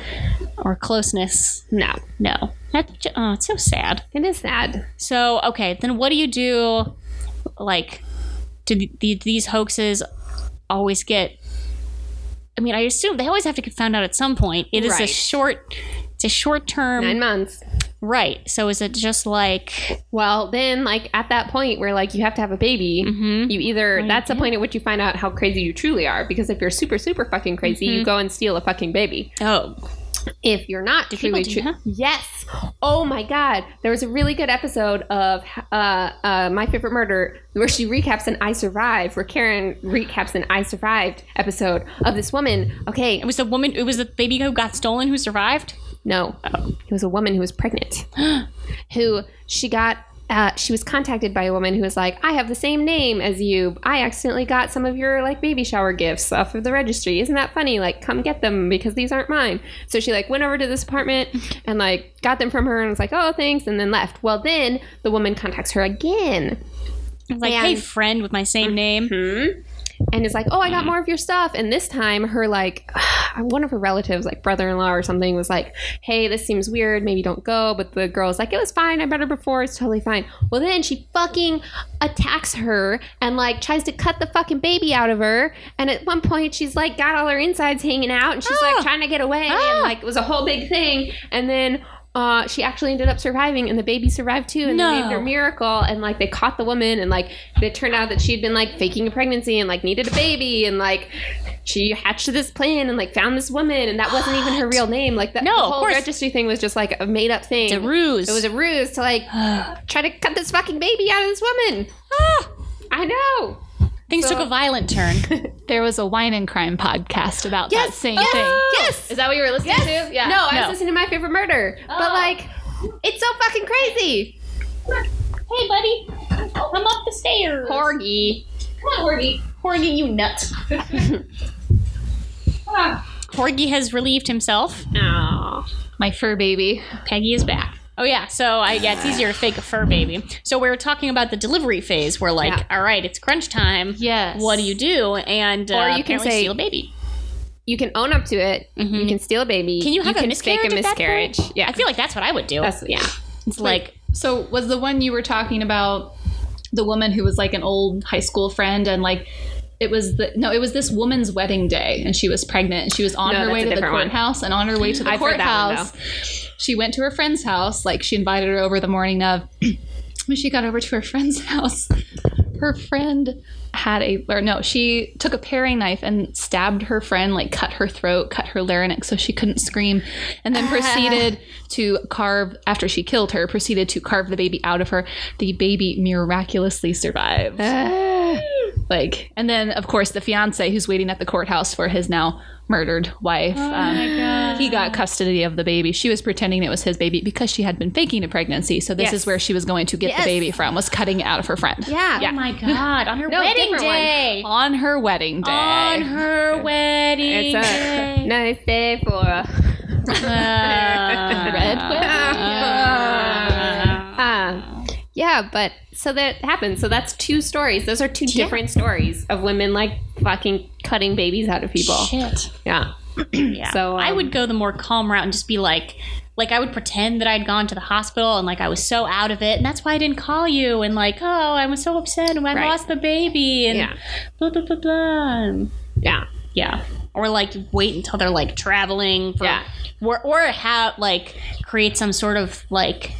[SPEAKER 2] or closeness.
[SPEAKER 1] no.
[SPEAKER 2] No, that j- oh, it's so sad.
[SPEAKER 1] It is sad.
[SPEAKER 2] So okay, then what do you do? Like, do, th- do these hoaxes always get? I mean, I assume they always have to get found out at some point. It is a
[SPEAKER 1] Right.
[SPEAKER 2] short, it's a short
[SPEAKER 1] nine
[SPEAKER 2] term,
[SPEAKER 1] months.
[SPEAKER 2] right? So is it just like,
[SPEAKER 1] Well, then, like at that point where like you have to have a baby,
[SPEAKER 2] mhm.
[SPEAKER 1] you either
[SPEAKER 2] Right,
[SPEAKER 1] that's the
[SPEAKER 2] yeah.
[SPEAKER 1] point at which you find out how crazy you truly are. Because if you're super, super fucking crazy,
[SPEAKER 2] Mm-hmm.
[SPEAKER 1] you go and steal a fucking baby.
[SPEAKER 2] oh,
[SPEAKER 1] If you're not
[SPEAKER 2] Do people
[SPEAKER 1] truly,
[SPEAKER 2] do
[SPEAKER 1] tru-
[SPEAKER 2] that?
[SPEAKER 1] yes. Oh my god, there was a really good episode of uh, uh, My Favorite Murder where she recaps an "I Survived" where Karen recaps an "I Survived" episode of this woman. Okay,
[SPEAKER 2] It was the woman. It was the baby who got stolen who survived.
[SPEAKER 1] No, it was a woman who was pregnant. who she got. Uh, she was contacted by a woman who was like, "I have the same name as you. I accidentally got some of your like baby shower gifts off of the registry. Isn't that funny? Like, come get them because these aren't mine." So she like went over to this apartment and like got them from her and was like, "Oh, thanks," and then left. Well, then the woman contacts her again
[SPEAKER 2] I was like, hey,
[SPEAKER 1] And-
[SPEAKER 2] friend with my same name.
[SPEAKER 1] Mm-hmm. and is like, "Oh, I got
[SPEAKER 2] Mm-hmm.
[SPEAKER 1] more of your stuff." And this time, her like *sighs* one of her relatives, like brother-in-law or something, was like, "Hey, this seems weird. Maybe don't go." But the girl's like, "It was fine. I met her before. It's totally fine." Well, then she fucking attacks her and like tries to cut the fucking baby out of her. And at one point, she's like got all her insides hanging out, and she's
[SPEAKER 2] Ah.
[SPEAKER 1] like trying to get away, and like it was a whole big thing. And then. Uh, she actually ended up surviving, and the baby survived too. And they
[SPEAKER 2] No.
[SPEAKER 1] made their miracle and like they caught the woman and like it turned out that she'd been like faking a pregnancy and like needed a baby and like she hatched this plan and like found this woman and that wasn't even her real name like that
[SPEAKER 2] No,
[SPEAKER 1] the
[SPEAKER 2] of
[SPEAKER 1] whole
[SPEAKER 2] course.
[SPEAKER 1] registry thing was just like a made up thing
[SPEAKER 2] It's a ruse.
[SPEAKER 1] it was a ruse to
[SPEAKER 3] *sighs*
[SPEAKER 1] like try to cut this fucking baby out of this woman
[SPEAKER 2] Ah!
[SPEAKER 1] i know
[SPEAKER 2] Things took a violent turn.
[SPEAKER 3] There was a wine and crime podcast about that same
[SPEAKER 1] yes,
[SPEAKER 3] thing.
[SPEAKER 1] Ah! yes
[SPEAKER 3] Is that what you were listening
[SPEAKER 1] yes
[SPEAKER 3] to? Yeah.
[SPEAKER 1] no i
[SPEAKER 2] No.
[SPEAKER 1] was listening to my favorite murder but
[SPEAKER 4] Oh.
[SPEAKER 1] like it's so fucking crazy
[SPEAKER 4] Hey, buddy. Come up the stairs.
[SPEAKER 1] corgi
[SPEAKER 4] Come on, Horgy. Horgy, you
[SPEAKER 1] *laughs*
[SPEAKER 4] nut. ah,
[SPEAKER 2] Corgi has relieved himself.
[SPEAKER 3] My fur baby.
[SPEAKER 2] Peggy is back. Oh yeah, so I yeah, it's easier to fake a fur baby. So we were talking about the delivery phase, where like,
[SPEAKER 1] Yeah.
[SPEAKER 2] all right, it's crunch time.
[SPEAKER 3] Yes.
[SPEAKER 2] What do you do? And uh,
[SPEAKER 1] Or you can
[SPEAKER 2] apparently
[SPEAKER 1] say-
[SPEAKER 2] steal a baby.
[SPEAKER 1] you can own up to it you can steal a baby
[SPEAKER 2] Mm-hmm. Can you have a
[SPEAKER 1] can
[SPEAKER 2] miscarriage?
[SPEAKER 1] fake a
[SPEAKER 2] at that point?
[SPEAKER 1] miscarriage yeah
[SPEAKER 2] I feel like that's what I would do.
[SPEAKER 1] that's yeah
[SPEAKER 2] it's like
[SPEAKER 3] So was the one you were talking about the woman who was like an old high school friend and like it was the no, it was this woman's wedding day and she was pregnant and she was on
[SPEAKER 1] No,
[SPEAKER 3] her
[SPEAKER 1] that's
[SPEAKER 3] way
[SPEAKER 1] a
[SPEAKER 3] to the
[SPEAKER 1] different one.
[SPEAKER 3] courthouse and on her way to the
[SPEAKER 1] I've heard that one,
[SPEAKER 3] courthouse. She went to her friend's house, like she invited her over the morning of *clears throat* when she got over to her friend's *laughs* house, her friend had a or no, she took a paring knife and stabbed her friend, like cut her throat, cut her larynx so she couldn't scream,
[SPEAKER 1] *laughs*
[SPEAKER 3] and then proceeded to carve after she killed her, proceeded to carve the baby out of her. The baby miraculously survived.
[SPEAKER 1] Uh,
[SPEAKER 3] Like and then of course the fiance who's waiting at the courthouse for his now murdered wife.
[SPEAKER 2] Oh
[SPEAKER 3] um, he got custody of the baby. She was pretending it was his baby because she had been faking a pregnancy. So this
[SPEAKER 1] Yes.
[SPEAKER 3] is where she was going to get
[SPEAKER 1] Yes.
[SPEAKER 3] the baby from was cutting it out of her friend
[SPEAKER 1] yeah
[SPEAKER 2] oh my god, on her
[SPEAKER 1] No,
[SPEAKER 2] wedding
[SPEAKER 1] different one.
[SPEAKER 2] day.
[SPEAKER 3] on her wedding day.
[SPEAKER 2] On her
[SPEAKER 1] *laughs*
[SPEAKER 2] wedding
[SPEAKER 1] It's *laughs* a
[SPEAKER 2] day.
[SPEAKER 1] nice day for a
[SPEAKER 2] *laughs* Uh,
[SPEAKER 1] *laughs*
[SPEAKER 3] Red
[SPEAKER 1] Uh, yeah, but so that happens. So that's two stories. Those are two different stories of women like fucking cutting babies out of people.
[SPEAKER 2] *laughs* Shit.
[SPEAKER 1] Yeah.
[SPEAKER 2] Yeah.
[SPEAKER 1] So,
[SPEAKER 2] I
[SPEAKER 1] um,
[SPEAKER 2] would go the more calm route and just be like, like I would pretend that I'd gone to the hospital and like I was so out of it and that's why I didn't call you and like oh I was so upset and I
[SPEAKER 1] Right.
[SPEAKER 2] lost the baby and
[SPEAKER 1] Yeah.
[SPEAKER 2] blah blah blah blah
[SPEAKER 1] Yeah.
[SPEAKER 2] yeah or like wait until they're like traveling for,
[SPEAKER 1] Yeah.
[SPEAKER 2] or or have like create some sort of like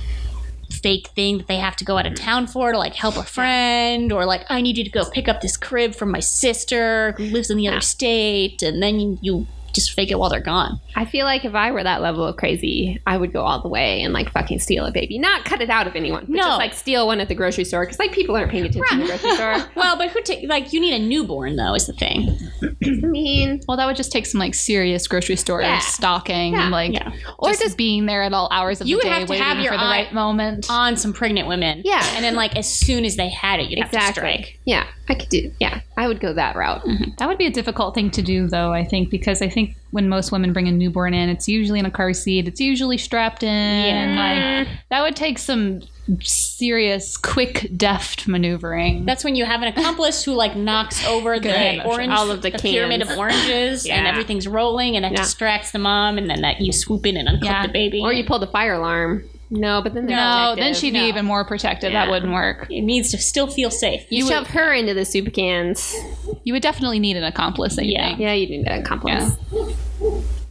[SPEAKER 2] fake thing that they have to go
[SPEAKER 1] Mm-hmm.
[SPEAKER 2] out of town for to like help a friend or like I need you to go pick up this crib from my sister who lives in the other state and then you, you just fake it while they're gone.
[SPEAKER 1] I feel like if I were that level of crazy, I would go all the way and like fucking steal a baby. Not cut it out of anyone, but
[SPEAKER 2] No.
[SPEAKER 1] just like steal one at the grocery store because like people aren't paying attention to the grocery store.
[SPEAKER 2] *laughs* Well, but who ta- like you need a newborn though is the thing.
[SPEAKER 1] I mean,
[SPEAKER 3] Well, that would just take some like serious grocery store
[SPEAKER 1] Yeah.
[SPEAKER 3] stalking,
[SPEAKER 1] Yeah.
[SPEAKER 3] like
[SPEAKER 2] Yeah.
[SPEAKER 3] or just, being there at all hours of
[SPEAKER 2] You
[SPEAKER 3] the
[SPEAKER 2] would
[SPEAKER 3] day,
[SPEAKER 2] have to
[SPEAKER 3] waiting
[SPEAKER 2] have your
[SPEAKER 3] for the
[SPEAKER 2] eye
[SPEAKER 3] right moment.
[SPEAKER 2] On some pregnant women.
[SPEAKER 1] Yeah.
[SPEAKER 2] And then like as soon as they had it, you'd have to
[SPEAKER 1] exactly.
[SPEAKER 2] strike.
[SPEAKER 1] Yeah, I could do. Yeah, I would go that route.
[SPEAKER 3] That would be a difficult thing to do, though. I think because I think when most women bring a newborn in, it's usually in a car seat. It's usually strapped in. And, like that would take some serious, quick, deft maneuvering.
[SPEAKER 2] That's when you have an accomplice who like knocks over the
[SPEAKER 3] emotion.
[SPEAKER 2] orange,
[SPEAKER 1] All of the
[SPEAKER 2] pyramid of
[SPEAKER 1] cans.
[SPEAKER 2] oranges, and
[SPEAKER 1] Yeah.
[SPEAKER 2] everything's rolling, and that
[SPEAKER 1] Yeah.
[SPEAKER 2] distracts the mom, and then that you swoop in and unclip
[SPEAKER 3] Yeah.
[SPEAKER 2] the baby.
[SPEAKER 1] Or you pull the fire alarm. No, but then they're
[SPEAKER 3] no,
[SPEAKER 1] protective.
[SPEAKER 3] then she'd be even more protective. That
[SPEAKER 1] Yeah.
[SPEAKER 3] wouldn't work.
[SPEAKER 2] it needs to still feel safe.
[SPEAKER 1] You, shove her into the soup cans.
[SPEAKER 3] You would definitely need an accomplice. I
[SPEAKER 2] Yeah.
[SPEAKER 3] think.
[SPEAKER 1] Yeah, you need that accomplice.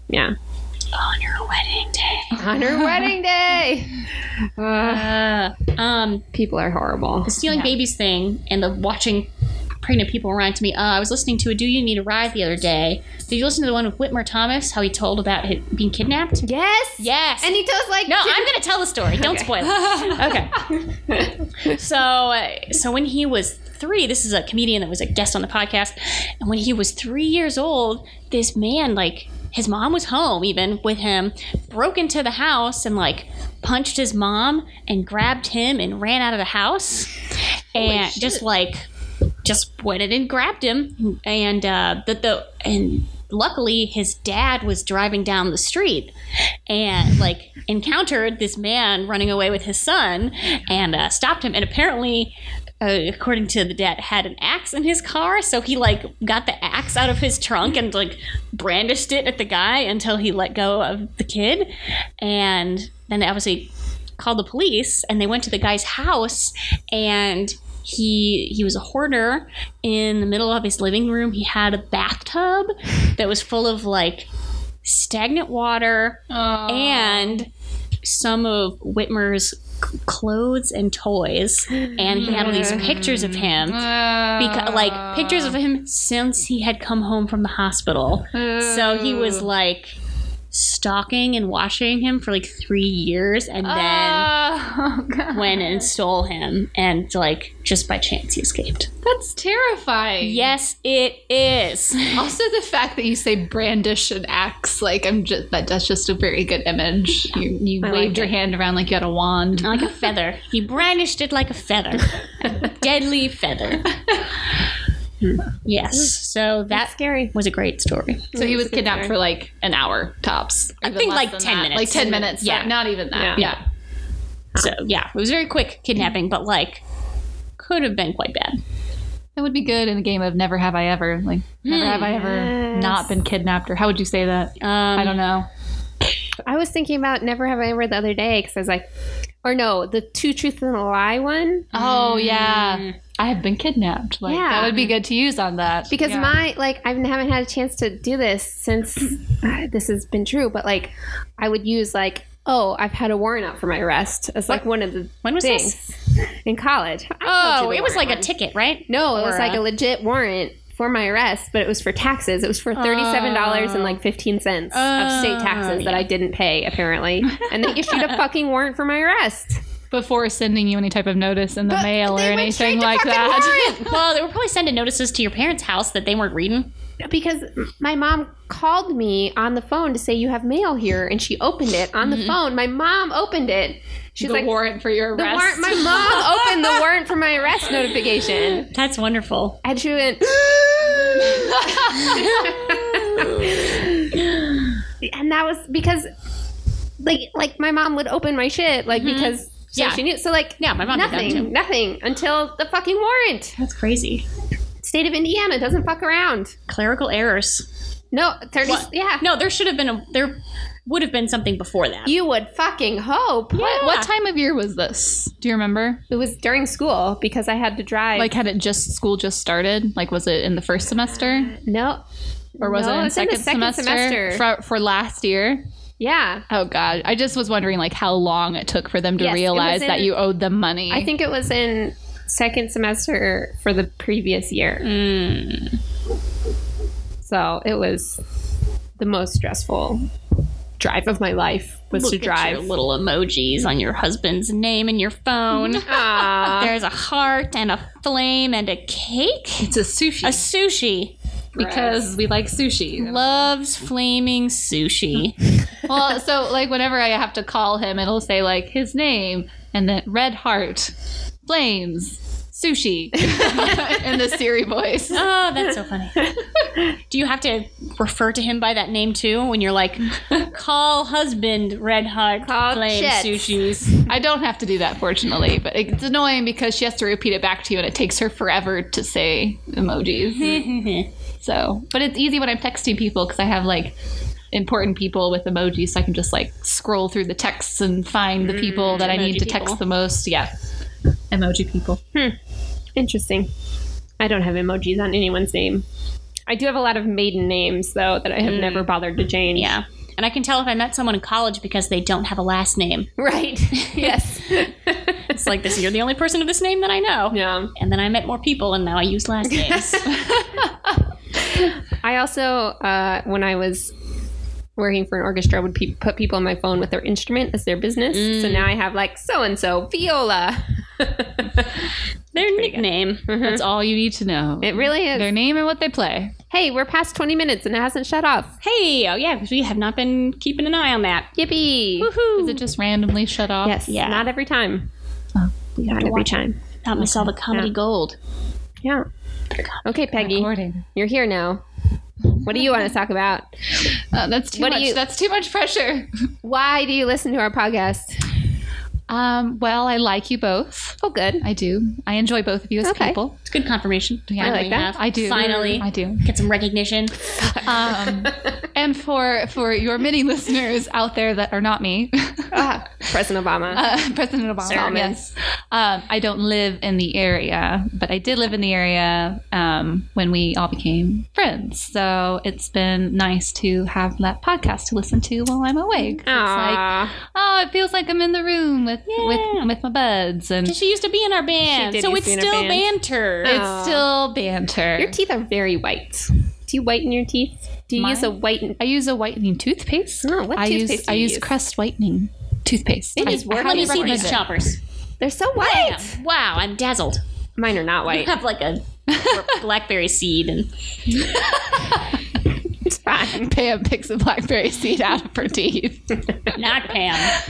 [SPEAKER 1] Yeah.
[SPEAKER 2] on your wedding day.
[SPEAKER 1] On her wedding day. Uh,
[SPEAKER 2] Um,
[SPEAKER 1] people are horrible.
[SPEAKER 2] the stealing babies thing and the watching pregnant people remind me. Uh, I was listening to a "Do You Need a Ride" the other day. Did you listen to the one with Whitmer Thomas? How he told about his being kidnapped?
[SPEAKER 1] Yes.
[SPEAKER 2] Yes.
[SPEAKER 1] And he does like
[SPEAKER 2] No, I'm gonna tell the story. Don't
[SPEAKER 1] Okay.
[SPEAKER 2] spoil it.
[SPEAKER 1] *laughs*
[SPEAKER 2] Okay. so, uh, so when he was three, this is a comedian that was a guest on the podcast, and when he was three years old, this man like His mom was home, even with him, broke into the house and like punched his mom and grabbed him and ran out of the house and just like just went in and grabbed him and uh the, the and luckily his dad was driving down the street and like encountered this man running away with his son and uh, stopped him and apparently uh, according to the dad had an axe in his car so he like got the axe out of his trunk and like brandished it at the guy until he let go of the kid and then they obviously called the police and they went to the guy's house and he he was a hoarder in the middle of his living room he had a bathtub that was full of like stagnant water
[SPEAKER 3] Oh.
[SPEAKER 2] and some of Whitmer's c- clothes and toys and he had all these pictures of him
[SPEAKER 3] Uh,
[SPEAKER 2] because like pictures of him since he had come home from the hospital so he was like stalking and watching him for like 3 years and then
[SPEAKER 3] *laughs* Oh, God.
[SPEAKER 2] went and stole him and like just by chance he escaped.
[SPEAKER 3] That's terrifying.
[SPEAKER 2] Yes, it is.
[SPEAKER 3] Also, the fact that you say brandish an axe, like I'm just that that's just a very good image. You, you
[SPEAKER 1] I
[SPEAKER 3] waved
[SPEAKER 1] like
[SPEAKER 3] your
[SPEAKER 1] it.
[SPEAKER 3] hand around like you had a wand.
[SPEAKER 2] Like a feather. He brandished it like a feather. A deadly feather. Yes. So
[SPEAKER 1] That's
[SPEAKER 2] that
[SPEAKER 1] scary.
[SPEAKER 2] was a great story.
[SPEAKER 3] So
[SPEAKER 1] Mhm.
[SPEAKER 3] he was kidnapped
[SPEAKER 1] Sorry.
[SPEAKER 3] for like an hour tops.
[SPEAKER 2] I
[SPEAKER 3] Even
[SPEAKER 2] think,
[SPEAKER 3] less
[SPEAKER 2] like,
[SPEAKER 3] than
[SPEAKER 2] 10
[SPEAKER 3] that.
[SPEAKER 2] minutes.
[SPEAKER 3] Like ten minutes.
[SPEAKER 2] Yeah.
[SPEAKER 3] Yeah, not even
[SPEAKER 1] Yeah.
[SPEAKER 3] that. Yeah.
[SPEAKER 2] So yeah, it was very quick kidnapping, but like could have been quite bad.
[SPEAKER 3] That would be good in a game of Never Have I Ever. Like Never Have I Ever
[SPEAKER 1] Yes.
[SPEAKER 3] not been kidnapped, or how would you say that?
[SPEAKER 2] Um,
[SPEAKER 3] I don't know.
[SPEAKER 1] I was thinking about Never Have I Ever the other day because I was like, or no, the two truths and a lie one.
[SPEAKER 3] Oh yeah, I have been kidnapped. Like
[SPEAKER 1] Yeah.
[SPEAKER 3] that would be good to use on that
[SPEAKER 1] Because
[SPEAKER 3] Yeah.
[SPEAKER 1] my, like, I haven't had a chance to do this since uh, this has been true, but like, I would use, like, oh, I've had a warrant out for my arrest as like one of the
[SPEAKER 2] When was
[SPEAKER 1] things
[SPEAKER 2] this?
[SPEAKER 1] in college. I told you
[SPEAKER 2] Oh,
[SPEAKER 1] the
[SPEAKER 2] it was like
[SPEAKER 1] warrant
[SPEAKER 2] a
[SPEAKER 1] one.
[SPEAKER 2] ticket, right?
[SPEAKER 1] No, it
[SPEAKER 2] or
[SPEAKER 1] was like
[SPEAKER 2] a-
[SPEAKER 1] a legit warrant for my arrest, but it was for taxes. It was for thirty-seven dollars and like fifteen cents of state taxes
[SPEAKER 2] Oh,
[SPEAKER 1] that I didn't pay apparently, and they issued
[SPEAKER 2] *laughs*
[SPEAKER 1] a fucking warrant for my arrest.
[SPEAKER 3] before sending you any type of notice in the mail or
[SPEAKER 1] They went straight
[SPEAKER 3] anything
[SPEAKER 1] to
[SPEAKER 3] like
[SPEAKER 1] fucking
[SPEAKER 3] that.
[SPEAKER 1] warrant.
[SPEAKER 2] well, they were probably sending notices to your parents' house that they weren't reading.
[SPEAKER 3] *laughs*
[SPEAKER 1] because my mom called me on the phone to say you have mail here and she opened it on the phone my mom opened it she's
[SPEAKER 3] Mm-hmm. the
[SPEAKER 1] like
[SPEAKER 3] warrant for your
[SPEAKER 1] the
[SPEAKER 3] arrest.
[SPEAKER 1] warrant my
[SPEAKER 3] *laughs*
[SPEAKER 1] mom opened the warrant for my arrest notification
[SPEAKER 2] That's wonderful.
[SPEAKER 1] and she
[SPEAKER 3] *laughs*
[SPEAKER 1] went and that was because like like my mom would open my shit like
[SPEAKER 3] Mm-hmm.
[SPEAKER 1] because so
[SPEAKER 2] Yeah.
[SPEAKER 1] she knew so like
[SPEAKER 2] Yeah, my mom did that too.
[SPEAKER 1] nothing nothing until the fucking warrant
[SPEAKER 2] That's crazy.
[SPEAKER 1] state of indiana doesn't fuck around
[SPEAKER 2] Clerical errors.
[SPEAKER 1] no 30
[SPEAKER 2] What?
[SPEAKER 1] yeah
[SPEAKER 2] No, there should have been a there would have been something before that.
[SPEAKER 1] You would fucking hope.
[SPEAKER 3] What,
[SPEAKER 2] Yeah.
[SPEAKER 3] what time of year was this? Do you remember?
[SPEAKER 1] It was during school because I had to drive.
[SPEAKER 3] Like, had it just school just started? Like, was it in the first semester
[SPEAKER 1] no,
[SPEAKER 3] or was
[SPEAKER 1] No,
[SPEAKER 3] it in,
[SPEAKER 1] it's in
[SPEAKER 3] second,
[SPEAKER 1] the second
[SPEAKER 3] semester,
[SPEAKER 1] semester.
[SPEAKER 3] For, for last year?
[SPEAKER 1] yeah.
[SPEAKER 3] Oh God, I just was wondering like how long it took for them to
[SPEAKER 1] Yes, it was
[SPEAKER 3] realize that
[SPEAKER 1] in-
[SPEAKER 3] you owed them money.
[SPEAKER 1] I think it was in second semester for the previous year.
[SPEAKER 2] Mm.
[SPEAKER 1] So it was the most stressful drive of my life was
[SPEAKER 2] Look
[SPEAKER 1] to
[SPEAKER 2] at your
[SPEAKER 1] *laughs* drive.
[SPEAKER 2] little emojis on your husband's name and your phone. Uh,
[SPEAKER 1] Aw.
[SPEAKER 2] There's a heart and a flame and a cake.
[SPEAKER 3] it's a sushi
[SPEAKER 2] A sushi
[SPEAKER 3] because we like sushi.
[SPEAKER 1] *laughs*
[SPEAKER 2] loves flaming sushi.
[SPEAKER 3] well, so like whenever I have to call him, it'll say like his name and then red heart, flames, sushi, *laughs* in the Siri voice.
[SPEAKER 2] *laughs* Oh, that's so *laughs* funny. Do you have to refer to him by that name too when you're *laughs* like, call husband red heart
[SPEAKER 1] Call
[SPEAKER 2] flame
[SPEAKER 1] Chet.
[SPEAKER 2] *laughs* sushis?
[SPEAKER 3] I don't have to do that, fortunately, but it's annoying because she has to repeat it back to you and it takes her forever to say emojis.
[SPEAKER 2] Mm-hmm.
[SPEAKER 3] so, but it's easy when I'm texting people because I have like important people with emojis, so I can just like scroll through the texts and find the people that I need
[SPEAKER 2] Mm, emoji
[SPEAKER 3] to text
[SPEAKER 2] people.
[SPEAKER 3] the most. Yeah. Emoji people.
[SPEAKER 1] Interesting. I don't have emojis on anyone's name. I do have a lot of maiden names though that I
[SPEAKER 2] Mm.
[SPEAKER 1] have never bothered to change.
[SPEAKER 2] Yeah. And I can tell if I met someone in college because they don't have a last name.
[SPEAKER 1] *laughs* Right. yes.
[SPEAKER 2] *laughs* It's like this, you're the only person of this name that I know.
[SPEAKER 1] *laughs* yeah.
[SPEAKER 2] And then I met more people and now I
[SPEAKER 1] *laughs*
[SPEAKER 2] use last names.
[SPEAKER 1] I also, uh, when I was working for an orchestra, would
[SPEAKER 3] Mm.
[SPEAKER 1] pe- put people on my phone with their instrument as their business. So now I have like so and so viola.
[SPEAKER 2] *laughs*
[SPEAKER 1] *laughs*
[SPEAKER 2] Their nickname.
[SPEAKER 3] That's all you need to know.
[SPEAKER 1] Mm-hmm. It really is.
[SPEAKER 3] Their name and what they play.
[SPEAKER 1] hey, we're past 20 minutes and it hasn't shut off.
[SPEAKER 2] Hey, oh yeah, because we have not been keeping an eye on that.
[SPEAKER 1] Yippee.
[SPEAKER 3] Does it just randomly shut off?
[SPEAKER 1] Yes.
[SPEAKER 2] Yeah.
[SPEAKER 1] Not every time.
[SPEAKER 3] Oh,
[SPEAKER 1] Not every time.
[SPEAKER 2] Thought myself a comedy
[SPEAKER 1] Yeah.
[SPEAKER 2] gold.
[SPEAKER 1] Yeah. Okay, Peggy,
[SPEAKER 3] Recording.
[SPEAKER 1] you're here now. What do you want to talk about?
[SPEAKER 3] Uh, that's too
[SPEAKER 1] What do
[SPEAKER 3] much.
[SPEAKER 1] you-
[SPEAKER 3] That's too much pressure.
[SPEAKER 1] Why do you listen to our podcast?
[SPEAKER 3] *laughs* Um, well, I like you both.
[SPEAKER 1] Oh, good.
[SPEAKER 3] I do. I enjoy both of you as
[SPEAKER 1] Okay.
[SPEAKER 3] people.
[SPEAKER 2] It's good confirmation.
[SPEAKER 3] Yeah,
[SPEAKER 1] I like
[SPEAKER 2] We
[SPEAKER 1] that.
[SPEAKER 2] have
[SPEAKER 3] I do.
[SPEAKER 2] Finally,
[SPEAKER 3] I do.
[SPEAKER 2] get
[SPEAKER 1] *laughs*
[SPEAKER 2] some recognition.
[SPEAKER 3] Um, and for for your many *laughs* listeners out there that are not me,
[SPEAKER 1] Ah, President Obama.
[SPEAKER 3] *laughs* uh, President Obama.
[SPEAKER 1] Sermons.
[SPEAKER 3] Yes. Um, I don't live in the area, but I did live in the area um, when we all became friends. So it's been nice to have that podcast to listen to while I'm awake. It's like,
[SPEAKER 1] Aw.
[SPEAKER 3] oh, it feels like I'm in the room with
[SPEAKER 2] Yeah.
[SPEAKER 3] with with my buds, and
[SPEAKER 2] She used to be in our band,
[SPEAKER 1] She did
[SPEAKER 2] so
[SPEAKER 1] used
[SPEAKER 2] it's
[SPEAKER 1] to be in
[SPEAKER 2] still
[SPEAKER 1] our band.
[SPEAKER 2] banter.
[SPEAKER 1] Yeah.
[SPEAKER 3] it's still banter.
[SPEAKER 1] your teeth are very white. Do you whiten your teeth? Do you
[SPEAKER 3] Mine?
[SPEAKER 1] use a whiten?
[SPEAKER 3] I use a whitening toothpaste.
[SPEAKER 1] Oh, what
[SPEAKER 3] I
[SPEAKER 1] toothpaste
[SPEAKER 3] use
[SPEAKER 1] do
[SPEAKER 3] I
[SPEAKER 1] you
[SPEAKER 3] use,
[SPEAKER 1] use?
[SPEAKER 3] Crest whitening toothpaste.
[SPEAKER 1] It
[SPEAKER 3] I-
[SPEAKER 1] is
[SPEAKER 3] I
[SPEAKER 1] working
[SPEAKER 2] Let
[SPEAKER 3] highly
[SPEAKER 2] me see
[SPEAKER 1] Recommend
[SPEAKER 2] these
[SPEAKER 1] it.
[SPEAKER 2] choppers.
[SPEAKER 1] They're so
[SPEAKER 2] Bam!
[SPEAKER 1] white.
[SPEAKER 2] Wow, I'm dazzled.
[SPEAKER 1] Mine are not
[SPEAKER 2] I
[SPEAKER 3] *laughs*
[SPEAKER 1] white.
[SPEAKER 2] *laughs* have
[SPEAKER 1] *laughs*
[SPEAKER 2] like a blackberry seed and
[SPEAKER 1] It's fine.
[SPEAKER 3] Pam picks a blackberry seed out of her teeth.
[SPEAKER 1] *laughs*
[SPEAKER 2] not Pam.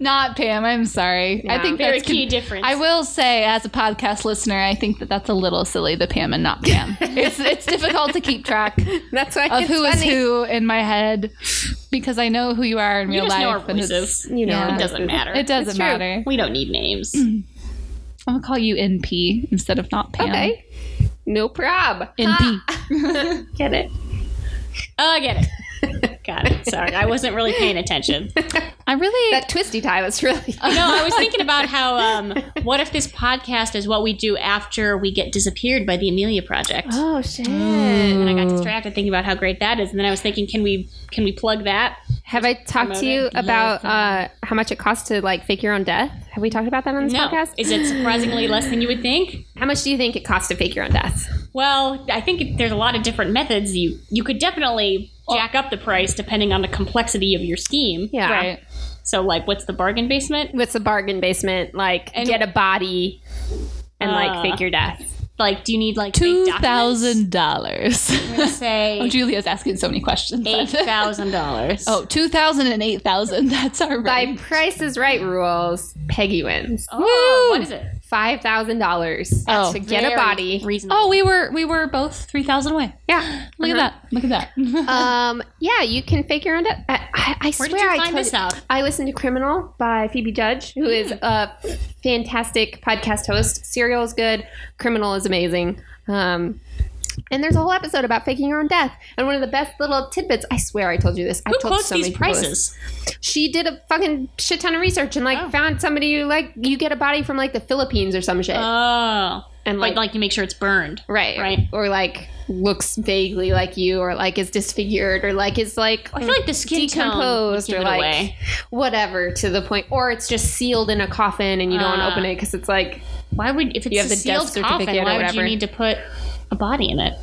[SPEAKER 3] Not Pam. I'm sorry. I
[SPEAKER 1] Yeah.
[SPEAKER 3] think
[SPEAKER 2] Very
[SPEAKER 3] that's con-
[SPEAKER 2] key difference.
[SPEAKER 3] I will say, as a podcast listener, I think that that's a little silly. The Pam and
[SPEAKER 2] *laughs*
[SPEAKER 3] not Pam. it's it's difficult to keep track of
[SPEAKER 1] That's why it's
[SPEAKER 3] who is
[SPEAKER 1] funny.
[SPEAKER 3] who in my head because I know who you are in
[SPEAKER 2] you
[SPEAKER 3] real
[SPEAKER 2] just
[SPEAKER 3] life.
[SPEAKER 2] know our
[SPEAKER 3] and it's-
[SPEAKER 2] voices.
[SPEAKER 1] You know,
[SPEAKER 3] Yeah.
[SPEAKER 2] It doesn't matter.
[SPEAKER 3] It doesn't
[SPEAKER 1] It's true.
[SPEAKER 3] matter.
[SPEAKER 2] We don't need *clears throat* names.
[SPEAKER 3] I'm gonna call you NP instead of not Pam.
[SPEAKER 1] Okay. No prob.
[SPEAKER 3] NP. *laughs*
[SPEAKER 1] Get it.
[SPEAKER 2] Oh, I get it. *laughs* Got it. Sorry, I wasn't really paying *laughs* attention.
[SPEAKER 3] I really.
[SPEAKER 1] That twisty tie was really.
[SPEAKER 2] No, I was thinking about how. Um, what if this podcast is what we do after we get disappeared by the Amelia Project?
[SPEAKER 1] *laughs* Oh shit.
[SPEAKER 2] And
[SPEAKER 3] Mm.
[SPEAKER 2] I got distracted thinking about how great that is, and then I was thinking, can we can we plug that?
[SPEAKER 1] Have I talked to you about uh, how much it costs to like fake your own death? Have we talked about that on this
[SPEAKER 2] No,
[SPEAKER 1] podcast?
[SPEAKER 2] is it surprisingly less than you would think?
[SPEAKER 1] how much do you think it costs to fake your own death?
[SPEAKER 2] Well, I think there's a lot of different methods. You you could definitely jack up the price depending on the complexity of your scheme.
[SPEAKER 1] Yeah.
[SPEAKER 3] Right.
[SPEAKER 2] So, like, what's the bargain basement?
[SPEAKER 1] What's the bargain basement? Like
[SPEAKER 2] And-
[SPEAKER 1] get a body and
[SPEAKER 2] Uh,
[SPEAKER 1] like fake your death.
[SPEAKER 2] Like, do you need like
[SPEAKER 3] Two
[SPEAKER 2] fake documents?
[SPEAKER 3] thousand dollars.
[SPEAKER 2] I'm gonna *laughs* say
[SPEAKER 3] Oh, *laughs* Julia's asking so many questions. *laughs*
[SPEAKER 2] eight thousand dollars.
[SPEAKER 3] Oh, 2,000 and 8,000. *laughs* That's our
[SPEAKER 1] By
[SPEAKER 3] right.
[SPEAKER 1] Price is Right rules, Peggy wins
[SPEAKER 2] Oh, what is it?
[SPEAKER 1] five thousand dollars
[SPEAKER 3] Oh.
[SPEAKER 1] to get a
[SPEAKER 2] Very
[SPEAKER 1] body.
[SPEAKER 2] Reasonable.
[SPEAKER 3] Oh, we were we were both 3,000 away.
[SPEAKER 1] yeah,
[SPEAKER 3] Look
[SPEAKER 1] Uh-huh.
[SPEAKER 3] at that. Look at that. *laughs*
[SPEAKER 1] Um, yeah, you can fake your own death. I, I, I
[SPEAKER 2] Where
[SPEAKER 1] swear
[SPEAKER 2] did you
[SPEAKER 1] I
[SPEAKER 2] find
[SPEAKER 1] told-
[SPEAKER 2] this out? Hmm.
[SPEAKER 1] I listened to Criminal by Phoebe Judge, who is a fantastic podcast host. Serial is good, Criminal is amazing. Um, and there's a whole episode about faking your own death. And one of the best little tidbits, I swear I told you this. I
[SPEAKER 2] Who
[SPEAKER 1] told
[SPEAKER 2] quotes
[SPEAKER 1] so
[SPEAKER 2] these
[SPEAKER 1] many people this.
[SPEAKER 2] prices?
[SPEAKER 1] She did a fucking shit ton of research and like
[SPEAKER 2] Oh.
[SPEAKER 1] found somebody who like you get a body from like the Philippines or some shit.
[SPEAKER 2] Oh,
[SPEAKER 1] and
[SPEAKER 2] like like you make sure it's burned.
[SPEAKER 1] Right.
[SPEAKER 2] Right.
[SPEAKER 1] Or like looks vaguely like you, or like is disfigured, or like is like
[SPEAKER 2] I feel like the skin tone would
[SPEAKER 1] decomposed,
[SPEAKER 2] give
[SPEAKER 1] or
[SPEAKER 2] it
[SPEAKER 1] like
[SPEAKER 2] away.
[SPEAKER 1] whatever to the point, or it's just sealed in a coffin and you don't want
[SPEAKER 2] Ah.
[SPEAKER 1] to open it because it's like,
[SPEAKER 2] Why would if it's
[SPEAKER 1] You
[SPEAKER 2] a
[SPEAKER 1] have the death
[SPEAKER 2] sealed coffin?
[SPEAKER 1] certificate or
[SPEAKER 2] Why would you
[SPEAKER 1] whatever.
[SPEAKER 2] need to put a body in it?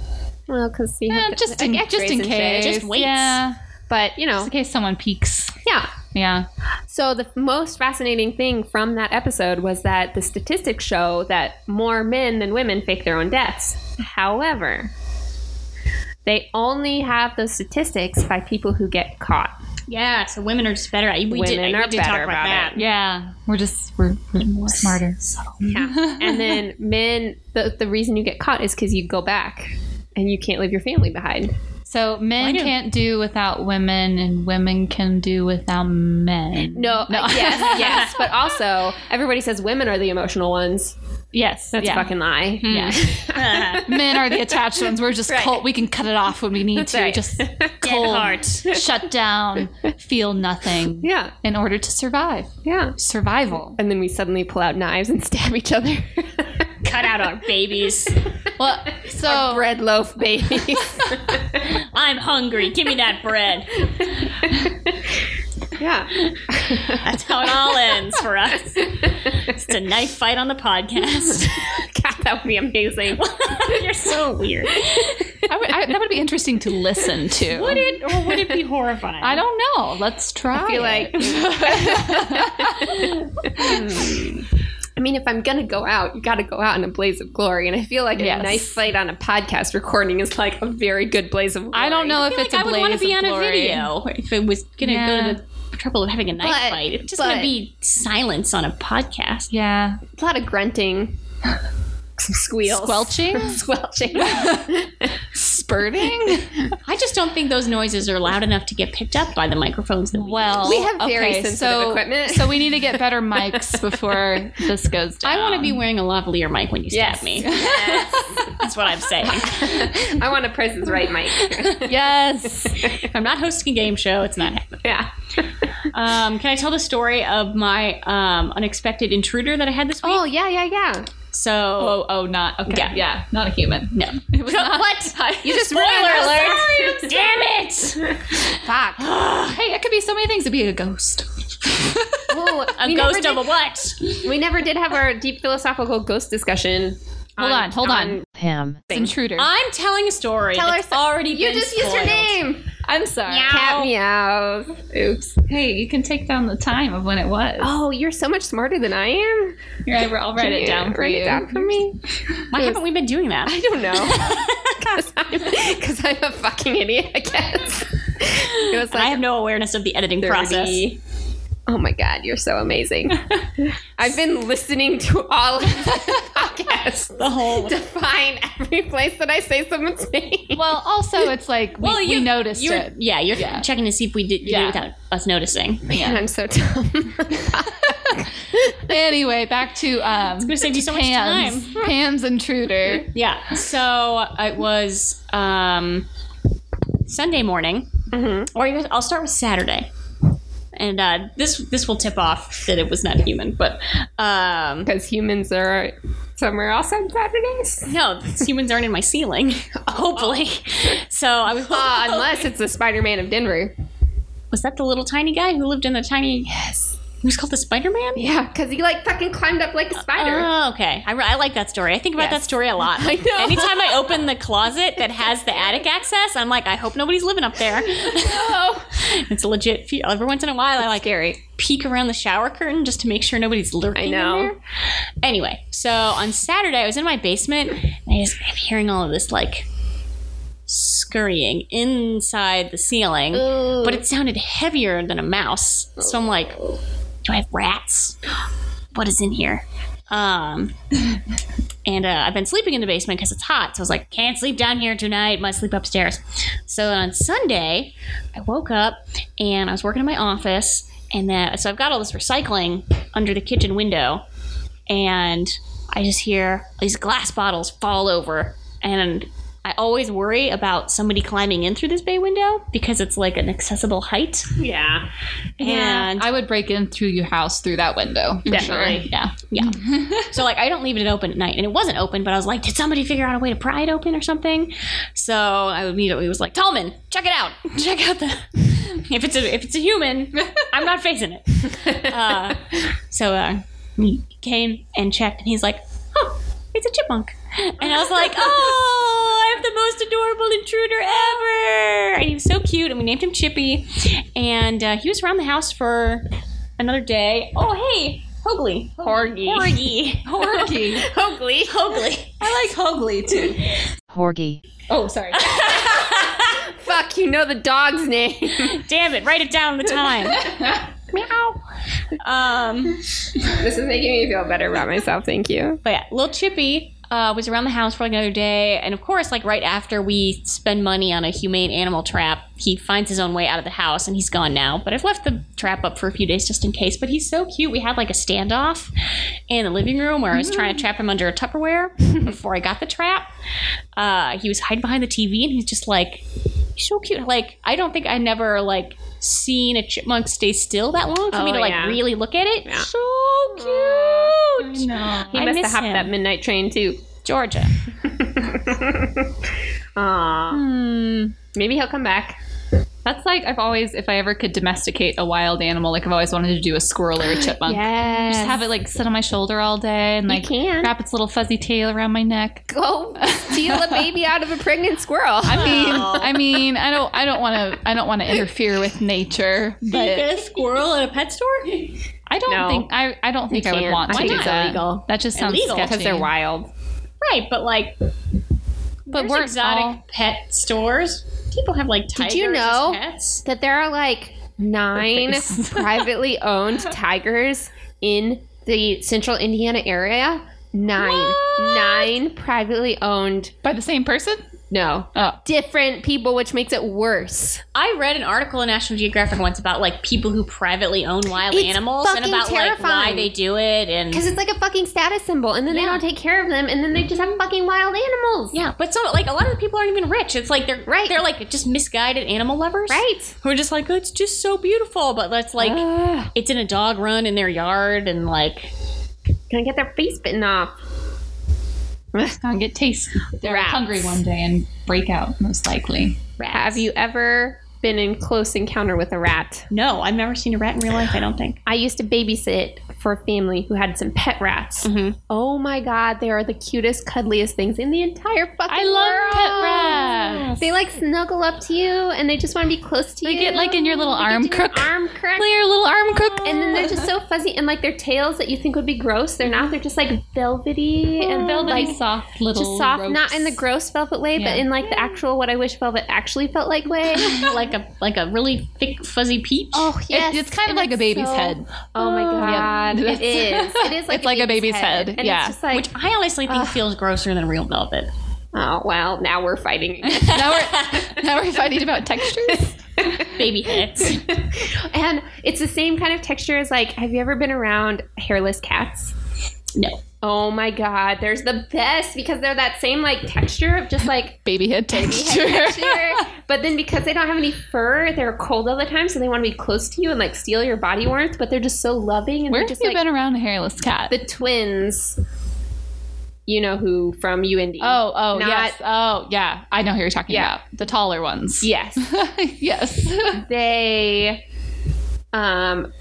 [SPEAKER 1] well, because you *laughs*
[SPEAKER 3] Yeah,
[SPEAKER 1] have to-
[SPEAKER 3] just in,
[SPEAKER 1] like,
[SPEAKER 3] just
[SPEAKER 1] x-rays
[SPEAKER 3] in
[SPEAKER 1] and shit.
[SPEAKER 3] case.
[SPEAKER 2] Just weights.
[SPEAKER 3] Yeah.
[SPEAKER 1] but you
[SPEAKER 3] Just
[SPEAKER 1] know,
[SPEAKER 3] in case someone peeks.
[SPEAKER 1] yeah.
[SPEAKER 3] Yeah.
[SPEAKER 1] So the most fascinating thing from that episode was that the statistics show that more men than women fake their own deaths. However, they only have those statistics by people who get caught.
[SPEAKER 2] Yeah, so women are just better at it. We did,
[SPEAKER 1] Women
[SPEAKER 2] we
[SPEAKER 1] are
[SPEAKER 2] did talk
[SPEAKER 1] better
[SPEAKER 2] about,
[SPEAKER 1] about
[SPEAKER 2] that.
[SPEAKER 3] Yeah. We're just, we're, we're smarter.
[SPEAKER 2] *laughs*
[SPEAKER 1] Yeah. and then men, the, the reason you get caught is because you go back and you can't leave your family behind.
[SPEAKER 3] So
[SPEAKER 2] Why
[SPEAKER 3] men
[SPEAKER 2] do-
[SPEAKER 3] can't do without women and women can do without men.
[SPEAKER 1] No,
[SPEAKER 2] *laughs*
[SPEAKER 1] yes, yes. But also, everybody says women are the emotional ones.
[SPEAKER 3] Yes.
[SPEAKER 1] That's
[SPEAKER 3] yeah.
[SPEAKER 1] a fucking lie.
[SPEAKER 2] Hmm.
[SPEAKER 3] yeah.
[SPEAKER 2] *laughs*
[SPEAKER 3] men are the attached ones.
[SPEAKER 1] *laughs*
[SPEAKER 3] We're just cold. We can cut it off when we need to.
[SPEAKER 1] right. *laughs*
[SPEAKER 3] Just cold,
[SPEAKER 2] heart.
[SPEAKER 3] *laughs* shut down, feel nothing.
[SPEAKER 1] *laughs* *laughs* Yeah,
[SPEAKER 3] In order to survive,
[SPEAKER 1] yeah.
[SPEAKER 3] survival.
[SPEAKER 1] And then we suddenly pull out knives and *laughs* stab each other.
[SPEAKER 2] Cut
[SPEAKER 1] *laughs*
[SPEAKER 2] out our babies.
[SPEAKER 3] Well, so
[SPEAKER 1] Bread loaf babies.
[SPEAKER 2] I'm hungry. Give me that bread.
[SPEAKER 1] yeah. *laughs*
[SPEAKER 2] That's how it all ends for us. It's a knife fight on the podcast. *laughs*
[SPEAKER 1] God, that would be amazing.
[SPEAKER 2] You're so weird.
[SPEAKER 3] *laughs* I would, I, that would be interesting to listen to.
[SPEAKER 2] Would it or would it be horrifying?
[SPEAKER 3] I don't
[SPEAKER 1] Oh,
[SPEAKER 3] know. Let's try.
[SPEAKER 1] I feel like
[SPEAKER 3] it.
[SPEAKER 1] *laughs* I mean, if I'm gonna go out, you gotta go out in a blaze of glory. And I feel like
[SPEAKER 3] Yes.
[SPEAKER 1] a nice fight on a podcast recording is like a very good blaze of glory.
[SPEAKER 3] I don't know
[SPEAKER 2] I
[SPEAKER 3] if
[SPEAKER 2] feel
[SPEAKER 3] it's
[SPEAKER 2] like I
[SPEAKER 3] a
[SPEAKER 2] would want to
[SPEAKER 3] blaze
[SPEAKER 2] be
[SPEAKER 3] of
[SPEAKER 2] on a
[SPEAKER 3] glory.
[SPEAKER 2] video if it was going to
[SPEAKER 3] Yeah.
[SPEAKER 2] go to the trouble of having a knife
[SPEAKER 1] But-
[SPEAKER 2] fight. It's just
[SPEAKER 1] but-
[SPEAKER 2] going to be silence on a podcast.
[SPEAKER 3] Yeah,
[SPEAKER 1] a lot of grunting, some squeals,
[SPEAKER 3] squelching,
[SPEAKER 1] *laughs* squelching.
[SPEAKER 3] *laughs* spurting.
[SPEAKER 2] I just don't think those noises are loud enough to get picked up by the microphones that we
[SPEAKER 3] Well,
[SPEAKER 1] We have very
[SPEAKER 3] Oh, okay,
[SPEAKER 1] sensitive
[SPEAKER 3] so,
[SPEAKER 1] equipment.
[SPEAKER 3] so we need to get better mics before this goes down.
[SPEAKER 2] I want to be wearing a lavalier mic when you stab
[SPEAKER 1] Yes.
[SPEAKER 2] me. That's what I'm
[SPEAKER 3] *laughs*
[SPEAKER 2] saying.
[SPEAKER 1] I want a Price is Right mic. *laughs*
[SPEAKER 3] Yes.
[SPEAKER 2] If I'm not hosting a game show, it's not happening.
[SPEAKER 3] *laughs*
[SPEAKER 1] yeah.
[SPEAKER 2] Um, can I tell the story of my um, unexpected intruder that I had this week?
[SPEAKER 1] Oh yeah, yeah, yeah.
[SPEAKER 2] So,
[SPEAKER 3] Oh, oh, not okay.
[SPEAKER 2] Yeah.
[SPEAKER 3] not a human.
[SPEAKER 2] no.
[SPEAKER 3] It
[SPEAKER 1] *laughs*
[SPEAKER 3] was not-
[SPEAKER 2] what?
[SPEAKER 1] You just
[SPEAKER 2] Spoiler
[SPEAKER 1] ruined the
[SPEAKER 2] alert!
[SPEAKER 1] story.
[SPEAKER 2] *laughs* Damn it!
[SPEAKER 3] *gasps*
[SPEAKER 1] Fuck.
[SPEAKER 3] Hey, it could be so many things. It'd be a ghost.
[SPEAKER 1] Oh,
[SPEAKER 2] A
[SPEAKER 1] we never
[SPEAKER 2] ghost
[SPEAKER 1] did-
[SPEAKER 2] of a what?
[SPEAKER 1] We never did have our deep philosophical ghost discussion.
[SPEAKER 3] Hold on, hold on.
[SPEAKER 5] Pam,
[SPEAKER 3] It's
[SPEAKER 1] thing. Uh,
[SPEAKER 3] intruder.
[SPEAKER 2] I'm telling a story.
[SPEAKER 1] Tell
[SPEAKER 2] that's
[SPEAKER 1] us-
[SPEAKER 2] already
[SPEAKER 1] You
[SPEAKER 2] been
[SPEAKER 1] just used her
[SPEAKER 2] spoiled.
[SPEAKER 1] name.
[SPEAKER 3] I'm sorry.
[SPEAKER 1] Cat meows. Oops.
[SPEAKER 3] Hey, you can take down the time of when it was.
[SPEAKER 1] Oh, you're so much smarter than I am.
[SPEAKER 3] Here, I- I'll write it down for
[SPEAKER 1] Write
[SPEAKER 3] you.
[SPEAKER 1] it down for me.
[SPEAKER 2] Why haven't we been doing that?
[SPEAKER 1] I don't know. Because I'm, a fucking idiot, I guess. It was
[SPEAKER 2] And
[SPEAKER 1] like
[SPEAKER 2] I have no awareness of the editing
[SPEAKER 1] 30.
[SPEAKER 2] process.
[SPEAKER 1] Oh my god, you're so
[SPEAKER 2] *laughs*
[SPEAKER 1] amazing. I've been listening to all of the *laughs* podcasts
[SPEAKER 2] The whole.
[SPEAKER 1] to find every place that I say someone's name.
[SPEAKER 3] Well, also, it's like we,
[SPEAKER 2] Well,
[SPEAKER 3] we
[SPEAKER 2] you-
[SPEAKER 3] noticed
[SPEAKER 1] *laughs*
[SPEAKER 2] You're,
[SPEAKER 3] it.
[SPEAKER 2] yeah, you're
[SPEAKER 3] Yeah.
[SPEAKER 2] checking to see if we did, you
[SPEAKER 3] Yeah.
[SPEAKER 2] did it without us noticing. I'm
[SPEAKER 1] Man, I'm so *laughs* dumb.
[SPEAKER 3] Anyway, back to um,
[SPEAKER 2] gonna save you so much time.
[SPEAKER 3] Pam's, Pam's intruder.
[SPEAKER 1] *laughs*
[SPEAKER 2] Yeah. So it was um, Sunday morning,
[SPEAKER 1] Mm-hmm.
[SPEAKER 2] or you guys, I'll start with Saturday, and uh, this this will tip off that it was not human, but
[SPEAKER 1] *laughs*
[SPEAKER 2] um,
[SPEAKER 1] Because humans are somewhere else on *laughs* Saturdays.
[SPEAKER 2] no, humans aren't in my ceiling, *laughs* hopefully. So I was.
[SPEAKER 1] Oh. Uh,
[SPEAKER 2] *laughs*
[SPEAKER 1] unless it's the Spider Man of Denver.
[SPEAKER 2] was that the little tiny guy who lived in the tiny?
[SPEAKER 1] Yes.
[SPEAKER 2] He was called the Spider Man.
[SPEAKER 1] Yeah, because he like fucking climbed up like a spider.
[SPEAKER 2] Oh, okay. I, re- I like that story. I think about
[SPEAKER 1] Yes.
[SPEAKER 2] that story a lot.
[SPEAKER 1] *laughs* I know.
[SPEAKER 2] Anytime I
[SPEAKER 1] *laughs*
[SPEAKER 2] open the closet that has the attic access, I'm like, I hope nobody's living up there. *laughs* it's a legit. Fe- Every once in a while, I like
[SPEAKER 1] scary.
[SPEAKER 2] peek around the shower curtain just to make sure nobody's lurking.
[SPEAKER 1] I
[SPEAKER 2] in
[SPEAKER 1] know.
[SPEAKER 2] there. Anyway, so on Saturday, I was in my basement and I just kept hearing all of this like scurrying inside the ceiling, but it sounded heavier than a mouse. So I'm like, do I have rats? What is in here? Um, and uh, I've been sleeping in the basement because it's hot. So I was like, can't sleep down here tonight. Must sleep upstairs. So on Sunday, I woke up and I was working in my office, and then so I've got all this recycling under the kitchen window, and I just hear these glass bottles fall over, and I always worry about somebody climbing in through this bay window because it's like an accessible height.
[SPEAKER 1] Yeah.
[SPEAKER 2] And
[SPEAKER 3] I would break in through your house through that window. for
[SPEAKER 1] Definitely.
[SPEAKER 2] Yeah, yeah. so like, I don't leave it open at night, and it wasn't open. But I was like, did somebody figure out a way to pry it open or something? So I immediately was like, Tallman, check it out. *laughs* Check out the if it's a if it's a human, I'm not facing it. Uh, so uh, he came and checked, and he's like, oh, it's a chipmunk. And I was like, oh, I'm the most adorable intruder ever. And he was so cute, and we named him Chippy. And uh, he was around the house for another day. Oh, hey, Hoagly.
[SPEAKER 1] Corgi.
[SPEAKER 2] Horgy. *laughs* Horgy.
[SPEAKER 1] Hoagly.
[SPEAKER 2] Hoagly.
[SPEAKER 3] I like Hoagly too.
[SPEAKER 5] Horgy,
[SPEAKER 3] Oh, sorry.
[SPEAKER 1] Fuck, you know the dog's *laughs* name.
[SPEAKER 2] Damn it, write it down the time.
[SPEAKER 3] *laughs*
[SPEAKER 2] Meow. Um,
[SPEAKER 1] this is making me feel better about myself. Thank you.
[SPEAKER 2] But yeah, little Chippy uh, was around the house for like another day, and of course, like right after we spend money on a humane animal trap, he finds his own way out of the house, and he's gone now. But I've left the trap up for a few days just in case. But he's so cute. We had like a standoff in the living room where I was trying to trap him under a
[SPEAKER 1] *laughs*
[SPEAKER 2] Tupperware before I got the trap. Uh, he was hiding behind the TV, and he's just like he's so cute. Like I don't think I never like seen a chipmunk stay still that long for me
[SPEAKER 1] Oh,
[SPEAKER 2] to like
[SPEAKER 1] yeah.
[SPEAKER 2] really look at it.
[SPEAKER 1] Yeah.
[SPEAKER 2] So cute.
[SPEAKER 3] No.
[SPEAKER 1] He
[SPEAKER 2] I
[SPEAKER 1] must have
[SPEAKER 2] miss
[SPEAKER 1] hopped
[SPEAKER 2] him.
[SPEAKER 1] that midnight train too.
[SPEAKER 2] Georgia.
[SPEAKER 1] Hmm. Aw. Maybe he'll come back.
[SPEAKER 3] That's like I've always, if I ever could domesticate a wild animal, like I've always wanted to do a
[SPEAKER 1] *gasps*
[SPEAKER 3] squirrel or a chipmunk.
[SPEAKER 1] Yes.
[SPEAKER 3] Just have it like sit on my shoulder all day and
[SPEAKER 1] You
[SPEAKER 3] like
[SPEAKER 1] can.
[SPEAKER 3] wrap its little fuzzy tail around my neck.
[SPEAKER 1] *laughs* Go steal a baby out of a pregnant squirrel.
[SPEAKER 3] I mean, I mean, I don't, I don't want to, I don't want to interfere with nature,
[SPEAKER 1] *laughs*
[SPEAKER 3] but
[SPEAKER 2] a squirrel at a pet *laughs* store?
[SPEAKER 3] I don't
[SPEAKER 1] No.
[SPEAKER 3] think, I, I don't think I would want to do
[SPEAKER 1] it's
[SPEAKER 3] that.
[SPEAKER 1] illegal
[SPEAKER 3] That just sounds
[SPEAKER 2] Illegal.
[SPEAKER 3] sketchy.
[SPEAKER 1] because they're wild.
[SPEAKER 2] Right, but like,
[SPEAKER 3] But
[SPEAKER 2] there's
[SPEAKER 3] we're
[SPEAKER 2] exotic
[SPEAKER 3] all-
[SPEAKER 2] pet stores. People have like tigers
[SPEAKER 1] Did you know-
[SPEAKER 2] as pets.
[SPEAKER 1] That there are like nine
[SPEAKER 2] *laughs*
[SPEAKER 3] face.
[SPEAKER 1] privately owned tigers in the central Indiana area. Nine. Nine privately owned.
[SPEAKER 3] by the same person.
[SPEAKER 1] No.
[SPEAKER 3] Oh,
[SPEAKER 1] Different people, which makes it worse.
[SPEAKER 2] I read an article in National Geographic once about like people who privately own wild
[SPEAKER 1] It's
[SPEAKER 2] animals and
[SPEAKER 1] fucking
[SPEAKER 2] about like why
[SPEAKER 1] terrifying.
[SPEAKER 2] they do it and
[SPEAKER 1] Because it's like a fucking status symbol, and then they
[SPEAKER 2] Yeah.
[SPEAKER 1] don't take care of them, and then they just have fucking wild animals.
[SPEAKER 2] yeah, but so like a lot of the people aren't even rich. It's like they're
[SPEAKER 1] Right.
[SPEAKER 2] They're like just misguided animal lovers,
[SPEAKER 1] Right?
[SPEAKER 2] Who are just like it's just so beautiful, but that's like
[SPEAKER 1] Ugh.
[SPEAKER 2] it's in a dog run in their yard and like
[SPEAKER 1] gonna get their face bitten off.
[SPEAKER 3] gonna get taste. They're
[SPEAKER 1] Rats.
[SPEAKER 3] hungry one day and break out most likely.
[SPEAKER 1] Have you ever been in close encounter with a rat?
[SPEAKER 2] no, I've never seen a rat in real life. I don't think.
[SPEAKER 1] I used to babysit for a family who had some pet rats.
[SPEAKER 3] Mm-hmm.
[SPEAKER 2] Mhm.
[SPEAKER 1] Oh my god, they are the cutest, cuddliest things in the entire fucking
[SPEAKER 3] I love
[SPEAKER 1] world.
[SPEAKER 3] pet rats.
[SPEAKER 1] They like snuggle up to you and they just want to be close to
[SPEAKER 3] They
[SPEAKER 1] you.
[SPEAKER 3] get like in your little
[SPEAKER 1] They get
[SPEAKER 3] arm
[SPEAKER 1] to your
[SPEAKER 3] crook.
[SPEAKER 1] Arm crook.
[SPEAKER 3] Play your little arm crook.
[SPEAKER 1] And then they're just
[SPEAKER 3] *laughs*
[SPEAKER 1] so fuzzy and like their tails that you think would be gross, they're not. They're just like velvety and
[SPEAKER 3] Oh, velvety
[SPEAKER 1] like
[SPEAKER 3] soft little
[SPEAKER 1] just soft, not
[SPEAKER 3] ropes.
[SPEAKER 1] in the gross velvet way,
[SPEAKER 3] Yeah.
[SPEAKER 1] but in like the actual what I wish velvet actually felt like
[SPEAKER 3] *laughs*
[SPEAKER 1] way.
[SPEAKER 2] like a like a really thick fuzzy peach.
[SPEAKER 1] oh
[SPEAKER 3] It-
[SPEAKER 1] yes,
[SPEAKER 3] it's kind
[SPEAKER 1] and
[SPEAKER 3] of like a
[SPEAKER 1] it's
[SPEAKER 3] baby's
[SPEAKER 1] so-
[SPEAKER 3] head.
[SPEAKER 1] Oh my
[SPEAKER 3] Yeah.
[SPEAKER 1] god,
[SPEAKER 3] That's-
[SPEAKER 1] it is. It
[SPEAKER 3] *laughs*
[SPEAKER 1] is like
[SPEAKER 3] It's like a baby's head,
[SPEAKER 1] And
[SPEAKER 3] yeah.
[SPEAKER 1] it's just like,
[SPEAKER 2] Which I honestly think feels grosser than real velvet.
[SPEAKER 1] oh well, now we're fighting.
[SPEAKER 3] *laughs*
[SPEAKER 1] *laughs*
[SPEAKER 3] now we're now we're fighting about textures.
[SPEAKER 2] Baby heads.
[SPEAKER 1] *laughs* and it's the same kind of texture as like. Have you ever been around hairless cats?
[SPEAKER 2] No.
[SPEAKER 1] Oh my god, there's the best because they're that same like texture of just like
[SPEAKER 3] Baby head *laughs* texture.
[SPEAKER 1] head texture. but then because they don't have any fur, they're cold all the time, so they want to be close to you and like steal your body warmth. But they're just so loving and they're
[SPEAKER 3] Where have
[SPEAKER 1] just
[SPEAKER 3] you
[SPEAKER 1] like
[SPEAKER 3] been around a hairless cat?
[SPEAKER 1] the twins. You know who from UND?
[SPEAKER 3] oh, oh,
[SPEAKER 1] Not-
[SPEAKER 3] yes. Oh, yeah. I know who you're talking
[SPEAKER 1] Yeah.
[SPEAKER 3] about. The taller ones.
[SPEAKER 1] yes.
[SPEAKER 3] *laughs* yes.
[SPEAKER 1] they um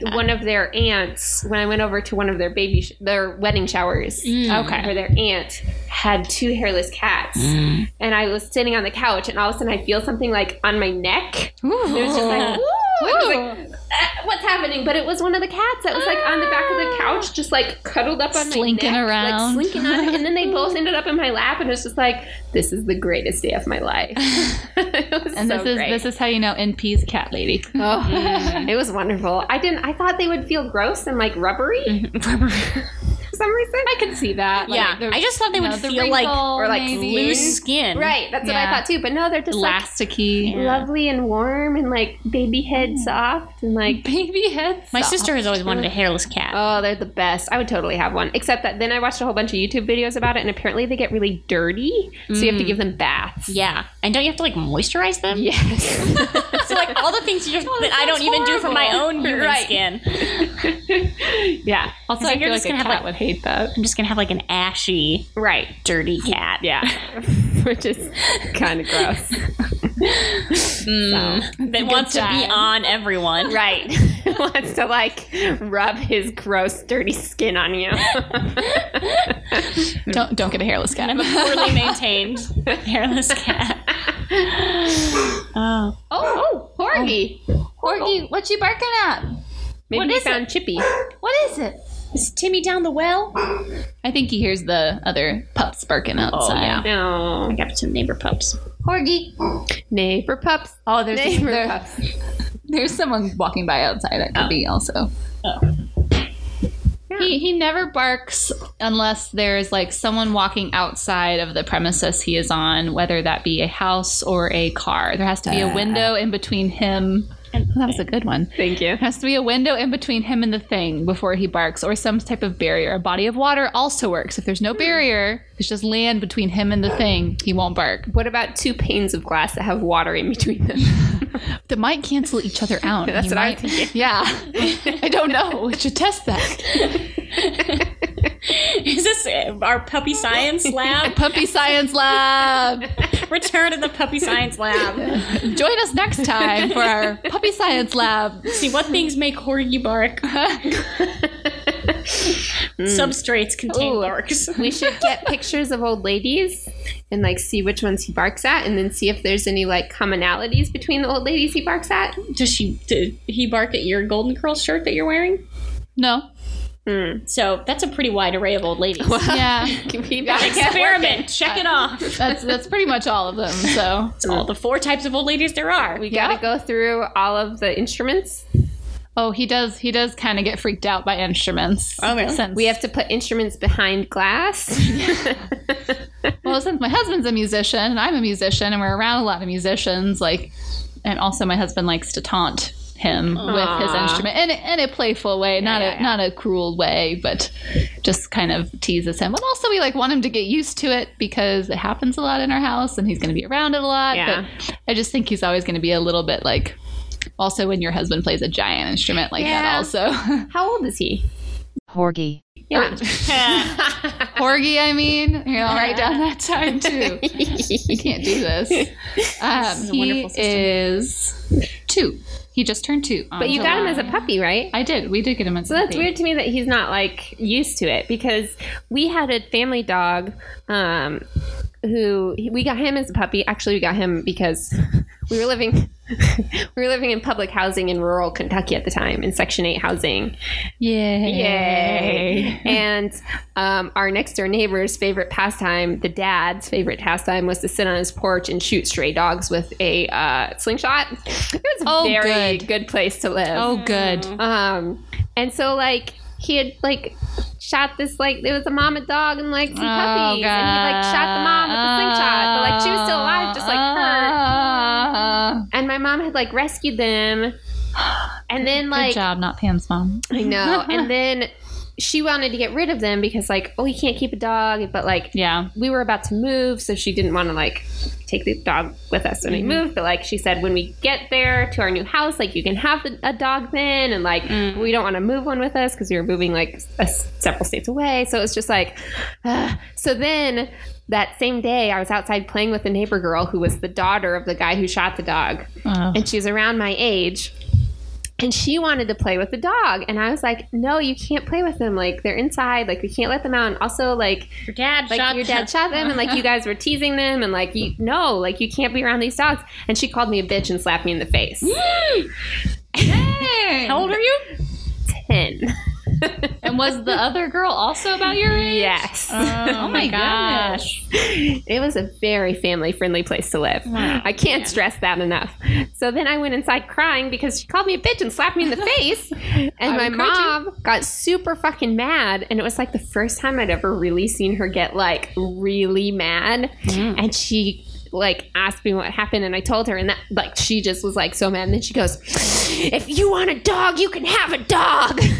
[SPEAKER 1] one of their aunts when i went over to one of their baby sh- their wedding showers
[SPEAKER 3] Mm. Okay. Mm.
[SPEAKER 1] where their aunt had two hairless cats and i was sitting on the couch and all of a sudden i feel something like on my neck and it was just
[SPEAKER 3] Uh-huh.
[SPEAKER 2] *laughs*
[SPEAKER 1] like, "Ooh," and I was like, "Ah, what's happening but it was one of the cats that was like on the back of the couch just like cuddled up on
[SPEAKER 3] Ah. Slinking
[SPEAKER 1] my neck
[SPEAKER 3] around.
[SPEAKER 1] like slinking on it and then
[SPEAKER 3] *laughs*
[SPEAKER 1] they both ended up in my lap and it was just like this is the greatest day of my life *laughs* It was
[SPEAKER 3] and
[SPEAKER 1] so
[SPEAKER 3] this is
[SPEAKER 1] great.
[SPEAKER 3] this is how you know NP's a cat lady.
[SPEAKER 1] Oh,
[SPEAKER 3] *laughs*
[SPEAKER 1] it was wonderful. I didn't. I thought they would feel gross and like Mm-hmm. rubbery *laughs* for some reason. I could see that.
[SPEAKER 2] yeah. I just thought they would
[SPEAKER 3] You know, the
[SPEAKER 2] feel like
[SPEAKER 3] wrinkle,
[SPEAKER 1] or, like,
[SPEAKER 3] maybe.
[SPEAKER 2] loose skin.
[SPEAKER 1] right. That's what
[SPEAKER 3] Yeah.
[SPEAKER 1] I thought too. But no, they're just
[SPEAKER 3] elasticy.
[SPEAKER 1] like lovely and warm and like baby head soft and like.
[SPEAKER 3] Baby heads.
[SPEAKER 2] My sister has always wanted a hairless cat.
[SPEAKER 1] Oh, they're the best. I would totally have one. Except that then I watched a whole bunch of YouTube videos about it, and apparently they get really dirty, so you have to give them baths.
[SPEAKER 2] yeah. And don't you have to like moisturize them?
[SPEAKER 1] *laughs* Yes.
[SPEAKER 2] *laughs* so like all the things you just, that, I don't
[SPEAKER 3] sounds
[SPEAKER 2] even do for my
[SPEAKER 3] horrible.
[SPEAKER 2] own human
[SPEAKER 1] Right.
[SPEAKER 2] skin.
[SPEAKER 1] *laughs* yeah.
[SPEAKER 3] Also,
[SPEAKER 2] It's
[SPEAKER 3] I
[SPEAKER 2] like you're
[SPEAKER 3] feel like
[SPEAKER 2] just
[SPEAKER 3] a
[SPEAKER 2] gonna have,
[SPEAKER 3] cat
[SPEAKER 2] like-
[SPEAKER 3] would hate that.
[SPEAKER 2] I'm just gonna have like an ashy,
[SPEAKER 1] Right.
[SPEAKER 2] dirty cat.
[SPEAKER 1] *laughs* Yeah. Which is kind of gross.
[SPEAKER 2] Mm. that wants to
[SPEAKER 3] time.
[SPEAKER 2] be on *laughs* everyone.
[SPEAKER 1] Right. *laughs* Wants to like rub his gross, dirty skin on you.
[SPEAKER 3] Don't don't get a hairless cat.
[SPEAKER 2] I'm a
[SPEAKER 3] *laughs*
[SPEAKER 2] poorly *laughs* maintained hairless cat. Oh.
[SPEAKER 1] *laughs* oh, Horgy.
[SPEAKER 3] Corgi, what you barking at?
[SPEAKER 1] Maybe
[SPEAKER 3] What
[SPEAKER 1] he
[SPEAKER 3] is
[SPEAKER 1] found Chippy.
[SPEAKER 3] What is it?
[SPEAKER 2] Is Timmy down the well?
[SPEAKER 3] I think he hears the other pups barking outside.
[SPEAKER 2] Oh, yeah.
[SPEAKER 1] No.
[SPEAKER 2] I got some neighbor pups. *laughs*
[SPEAKER 3] Corgi.
[SPEAKER 1] Neighbor pups.
[SPEAKER 3] Oh, there's
[SPEAKER 1] Neighbor
[SPEAKER 3] there-
[SPEAKER 1] pups.
[SPEAKER 3] *laughs* there's someone walking by outside. That could be also.
[SPEAKER 2] Oh.
[SPEAKER 3] He, he never barks unless there's like someone walking outside of the premises he is on, whether that be a house or a car. There has to
[SPEAKER 2] Uh,
[SPEAKER 3] be a window in between him. that was a good one.
[SPEAKER 1] Thank you.
[SPEAKER 3] There has to be a window in between him and the thing before he barks, or some type of barrier. A body of water also works. If
[SPEAKER 1] Hmm.
[SPEAKER 3] there's no barrier, there's just land between him and the thing, he won't bark.
[SPEAKER 1] What about two panes of glass that have water in between them?
[SPEAKER 3] That might cancel
[SPEAKER 1] *laughs*
[SPEAKER 3] each other out.
[SPEAKER 1] That's
[SPEAKER 3] He
[SPEAKER 1] what I
[SPEAKER 3] might- *laughs*
[SPEAKER 1] was thinking.
[SPEAKER 3] Yeah. I don't know. We should test that.
[SPEAKER 2] Is this uh, our puppy science lab?
[SPEAKER 3] Puppy Science Lab.
[SPEAKER 2] Return to the puppy science lab.
[SPEAKER 3] Join us next time for our Puppy Science Lab.
[SPEAKER 2] See what things make corgi bark. Substrates contain
[SPEAKER 1] Ooh.
[SPEAKER 2] barks.
[SPEAKER 1] *laughs* We should get pictures of old ladies and like see which ones he barks at, and then see if there's any like commonalities between the old ladies he barks at.
[SPEAKER 2] Does she? Did he bark at your golden curl shirt that you're wearing?
[SPEAKER 3] No.
[SPEAKER 1] Hmm.
[SPEAKER 2] So that's a pretty wide array of old ladies.
[SPEAKER 3] Yeah.
[SPEAKER 1] We gotta get
[SPEAKER 2] Experiment. Check it off.
[SPEAKER 3] That's that's pretty much all of them. So
[SPEAKER 2] It's all the four types of old ladies there are.
[SPEAKER 1] we gotta go through all of the instruments.
[SPEAKER 3] Oh, he does he does kind of get freaked out by instruments.
[SPEAKER 2] Oh, really?
[SPEAKER 3] Since,
[SPEAKER 1] We have to put instruments behind glass.
[SPEAKER 3] well, since my husband's a musician and I'm a musician and we're around a lot of musicians, like and also my husband likes to taunt him with his
[SPEAKER 1] Aw.
[SPEAKER 3] instrument in a, in a playful way, not
[SPEAKER 2] yeah,
[SPEAKER 3] a not a cruel way, but just kind of teases him. But also we like want him to get used to it because it happens a lot in our house and he's going to be around it a lot.
[SPEAKER 1] Yeah.
[SPEAKER 3] But I just think he's always going to be a little bit like also when your husband plays a giant instrument like
[SPEAKER 1] Yeah.
[SPEAKER 3] that also. *laughs*
[SPEAKER 1] How old is he?
[SPEAKER 5] Horgy.
[SPEAKER 1] Yeah.
[SPEAKER 3] Porgy, I mean, you know, write down that time too.
[SPEAKER 1] *laughs*
[SPEAKER 3] I can't do this. Um,
[SPEAKER 2] is a
[SPEAKER 3] he
[SPEAKER 2] wonderful system.
[SPEAKER 3] is two. He just turned two. on
[SPEAKER 1] but you got him
[SPEAKER 3] July.
[SPEAKER 1] as a puppy, right?
[SPEAKER 3] I did. We did get him as.
[SPEAKER 1] So that's weird to me that he's not like used to it because we had a family dog um, who we got him as a puppy. Actually, we got him because we were living *laughs* we were living in public housing in rural Kentucky at the time in Section Eight housing.
[SPEAKER 3] Yay! *laughs*
[SPEAKER 1] Yay! and um, our next door neighbor's favorite pastime, the dad's favorite pastime, was to sit on his porch and shoot stray dogs with a uh, slingshot. It was a
[SPEAKER 3] Oh,
[SPEAKER 1] very
[SPEAKER 3] good.
[SPEAKER 1] good. place to live.
[SPEAKER 3] Oh, good.
[SPEAKER 1] Um, and so like he had like shot this like it was a mama dog and like some
[SPEAKER 3] Oh,
[SPEAKER 1] puppies, and he like shot the mom with the slingshot, but like she was still alive, just like her.
[SPEAKER 3] Oh. Ah.
[SPEAKER 1] And my mom had like rescued them, and then
[SPEAKER 3] good
[SPEAKER 1] like
[SPEAKER 3] job, not Pam's mom.
[SPEAKER 1] I know, and then. She wanted to get rid of them because, like, oh, you can't keep a dog. But like,
[SPEAKER 3] Yeah.
[SPEAKER 1] we were about to move, so she didn't want to like take the dog with us when we moved. But like she said, when we get there to our new house, like you can have the, a dog then, and like we don't want to move one with us because we were moving like a, several states away. So it's just like, ugh. so then that same day, I was outside playing with a neighbor girl who was the daughter of the guy who shot the dog
[SPEAKER 3] Oh.
[SPEAKER 1] and she was around my age and she wanted to play with the dog and i was like no you can't play with them like they're inside like we can't let them out and also like
[SPEAKER 2] Your dad
[SPEAKER 1] like
[SPEAKER 2] shot
[SPEAKER 1] your dad
[SPEAKER 2] the-
[SPEAKER 1] shot them and like you guys were teasing them and like you no like you can't be around these dogs and she called me a bitch and slapped me in the face
[SPEAKER 2] *laughs*
[SPEAKER 1] *gasps*
[SPEAKER 2] How old are you?
[SPEAKER 1] 10
[SPEAKER 3] and was the other girl also about your age?
[SPEAKER 1] *laughs* yes
[SPEAKER 3] Oh, my gosh.
[SPEAKER 1] it was a very family friendly place to live i can't stress that enough so then i went inside crying because she called me a bitch and slapped me in the face and my
[SPEAKER 3] would cry
[SPEAKER 1] mom got super fucking mad and it was like the first time i'd ever really seen her get like really mad and she like asked me what happened and i told her and that like she just was like so mad and then she goes if you want a dog you can have a dog *laughs*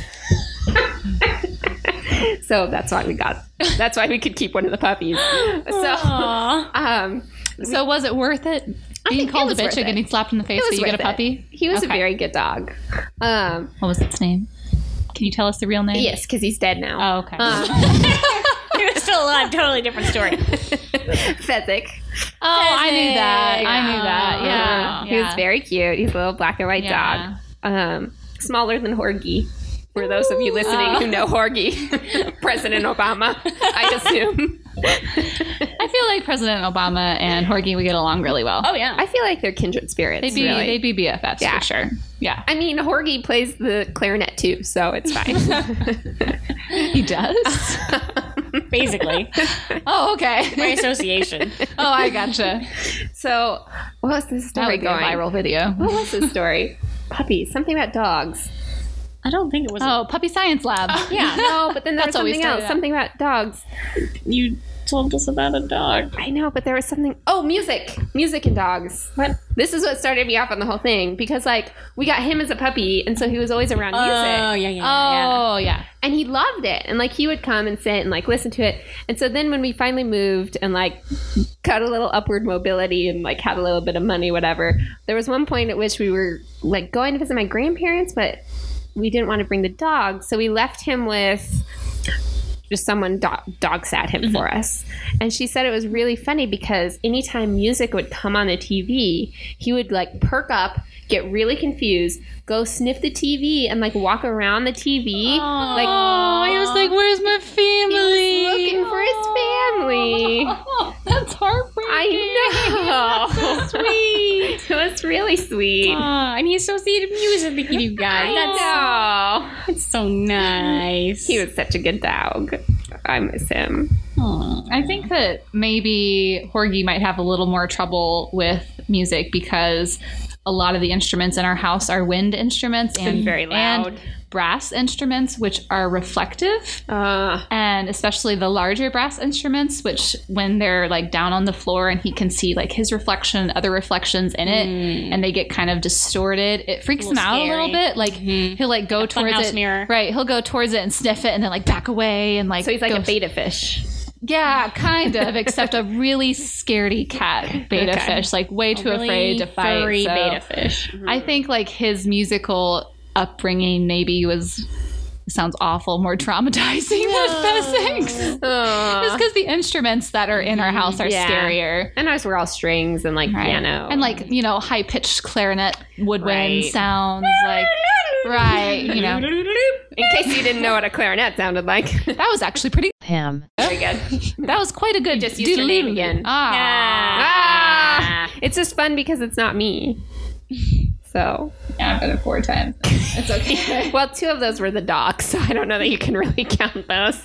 [SPEAKER 1] so that's why we got that's why we could keep one of the puppies so
[SPEAKER 2] Aw.
[SPEAKER 1] um
[SPEAKER 3] So was it worth it? Being
[SPEAKER 1] it
[SPEAKER 3] called a
[SPEAKER 1] was worth
[SPEAKER 3] bitch and
[SPEAKER 1] it.
[SPEAKER 3] getting slapped in the face,
[SPEAKER 1] It
[SPEAKER 3] so
[SPEAKER 1] was
[SPEAKER 3] you get a
[SPEAKER 1] worth it.
[SPEAKER 3] puppy.
[SPEAKER 1] He was a
[SPEAKER 3] Okay.
[SPEAKER 1] very good dog. Um,
[SPEAKER 3] What was its name? Can you tell us the real name?
[SPEAKER 1] yes, because he's dead now.
[SPEAKER 3] Oh, okay.
[SPEAKER 1] Um, *laughs*
[SPEAKER 2] He was still alive. Totally different story.
[SPEAKER 1] Fezzik.
[SPEAKER 3] *laughs* oh, I knew that.
[SPEAKER 2] Fezzik.
[SPEAKER 3] I knew that. Yeah.
[SPEAKER 1] Oh. Yeah. He was very cute. He's a little black and white
[SPEAKER 3] Yeah.
[SPEAKER 1] dog. Um, smaller than Horgy. For those of you listening
[SPEAKER 3] Oh.
[SPEAKER 1] who know Horgy, *laughs* President Obama,
[SPEAKER 3] *laughs*
[SPEAKER 1] I assume.
[SPEAKER 3] I feel like President Obama and Horgy would get along really well.
[SPEAKER 2] Oh yeah.
[SPEAKER 1] I feel like they're kindred spirits.
[SPEAKER 3] they'd be
[SPEAKER 1] really.
[SPEAKER 3] they'd be BFFs
[SPEAKER 1] Yeah.
[SPEAKER 3] for sure.
[SPEAKER 1] *laughs*
[SPEAKER 3] Yeah,
[SPEAKER 1] I mean, Horgy plays the clarinet too, so it's
[SPEAKER 3] *laughs*
[SPEAKER 1] fine. *laughs*
[SPEAKER 3] he does.
[SPEAKER 2] Basically,
[SPEAKER 3] oh,
[SPEAKER 1] *laughs*
[SPEAKER 3] *laughs*
[SPEAKER 2] by
[SPEAKER 3] okay.
[SPEAKER 2] association.
[SPEAKER 3] oh, I gotcha.
[SPEAKER 1] so, what was this
[SPEAKER 3] That
[SPEAKER 1] story
[SPEAKER 3] would be a
[SPEAKER 1] going? Oh.
[SPEAKER 3] viral video.
[SPEAKER 1] What was this story? Puppies. Something about dogs.
[SPEAKER 2] I don't think it was.
[SPEAKER 3] Oh, puppy
[SPEAKER 1] *laughs*
[SPEAKER 3] science lab.
[SPEAKER 2] yeah.
[SPEAKER 1] No, but then there
[SPEAKER 3] That's
[SPEAKER 1] was
[SPEAKER 3] what we
[SPEAKER 1] something else.
[SPEAKER 3] started at.
[SPEAKER 1] Something about dogs.
[SPEAKER 2] You told us about a dog.
[SPEAKER 1] I know, but there was something. Oh, music, music and dogs. What? This is what started me off on the whole thing because like we got him as a puppy, and so he was always around
[SPEAKER 2] Oh yeah,
[SPEAKER 1] music,
[SPEAKER 2] yeah, yeah.
[SPEAKER 3] Oh, yeah.
[SPEAKER 1] and he loved it, and like he would come and sit and like listen to it, and so then when we finally moved and like got a little upward mobility and like had a little bit of money, whatever. There was one point at which we were like going to visit my grandparents, but we didn't want to bring the dog, so we left him with just someone dog, dog sat him
[SPEAKER 3] Mm-hmm.
[SPEAKER 1] for us. And she said it was really funny because anytime music would come on the TV, he would like perk up, get really confused, go sniff the TV and like walk around the TV.
[SPEAKER 3] Oh, he was like, "Where's my
[SPEAKER 1] Like *laughs* he
[SPEAKER 3] family?"
[SPEAKER 1] was looking for his
[SPEAKER 3] *laughs*
[SPEAKER 1] family. *laughs*
[SPEAKER 3] Oh, that's heartbreaking.
[SPEAKER 1] I know. sweet. *laughs* it was really sweet.
[SPEAKER 2] *laughs* Aw, and he associated music with
[SPEAKER 1] *laughs*
[SPEAKER 2] you guys. That's,
[SPEAKER 1] I know.
[SPEAKER 2] that's so nice.
[SPEAKER 1] He was such a good dog. I miss him.
[SPEAKER 2] Aw.
[SPEAKER 3] I think that maybe Horgy might have a little more trouble with music because a lot of the instruments in our house are wind instruments and
[SPEAKER 1] very
[SPEAKER 3] and
[SPEAKER 1] loud.
[SPEAKER 3] brass instruments, which are reflective,
[SPEAKER 1] Uh,
[SPEAKER 3] and especially the larger brass instruments, which when they're like down on the floor and he can see like his reflection, other reflections in it, and they get kind of distorted, it freaks him out a little
[SPEAKER 2] scary.
[SPEAKER 3] bit. Like he'll like go towards
[SPEAKER 2] funhouse
[SPEAKER 3] it,
[SPEAKER 2] mirror.
[SPEAKER 3] right? He'll go towards it and sniff it, and then like back away and like
[SPEAKER 1] so he's like
[SPEAKER 3] go
[SPEAKER 1] a beta fish. *laughs*
[SPEAKER 3] yeah, kind of, except a really scaredy cat beta
[SPEAKER 1] Okay.
[SPEAKER 3] fish, like way too
[SPEAKER 2] Really
[SPEAKER 3] afraid to fight.
[SPEAKER 2] furry
[SPEAKER 3] so
[SPEAKER 2] beta fish.
[SPEAKER 3] I think like his musical upbringing maybe was sounds awful, more traumatizing than Phoenix. Just because the instruments that are in our house are
[SPEAKER 1] Yeah.
[SPEAKER 3] scarier.
[SPEAKER 1] and ours were all strings and like
[SPEAKER 3] Right.
[SPEAKER 1] piano
[SPEAKER 3] And like, you know, high pitched clarinet woodwind
[SPEAKER 1] Right.
[SPEAKER 3] sounds like Right, you
[SPEAKER 1] *laughs*
[SPEAKER 3] know.
[SPEAKER 1] In case you didn't know what a clarinet sounded like,
[SPEAKER 3] That was actually pretty
[SPEAKER 5] Him.
[SPEAKER 1] very good.
[SPEAKER 3] that was quite a good
[SPEAKER 1] just used your
[SPEAKER 3] doodly-
[SPEAKER 1] name again.
[SPEAKER 3] Ah.
[SPEAKER 1] Ah, it's just fun because it's not me. So,
[SPEAKER 3] Yeah, I've been it four times. It's okay.
[SPEAKER 1] well, two of those were the dogs, so I don't know that you can really count those.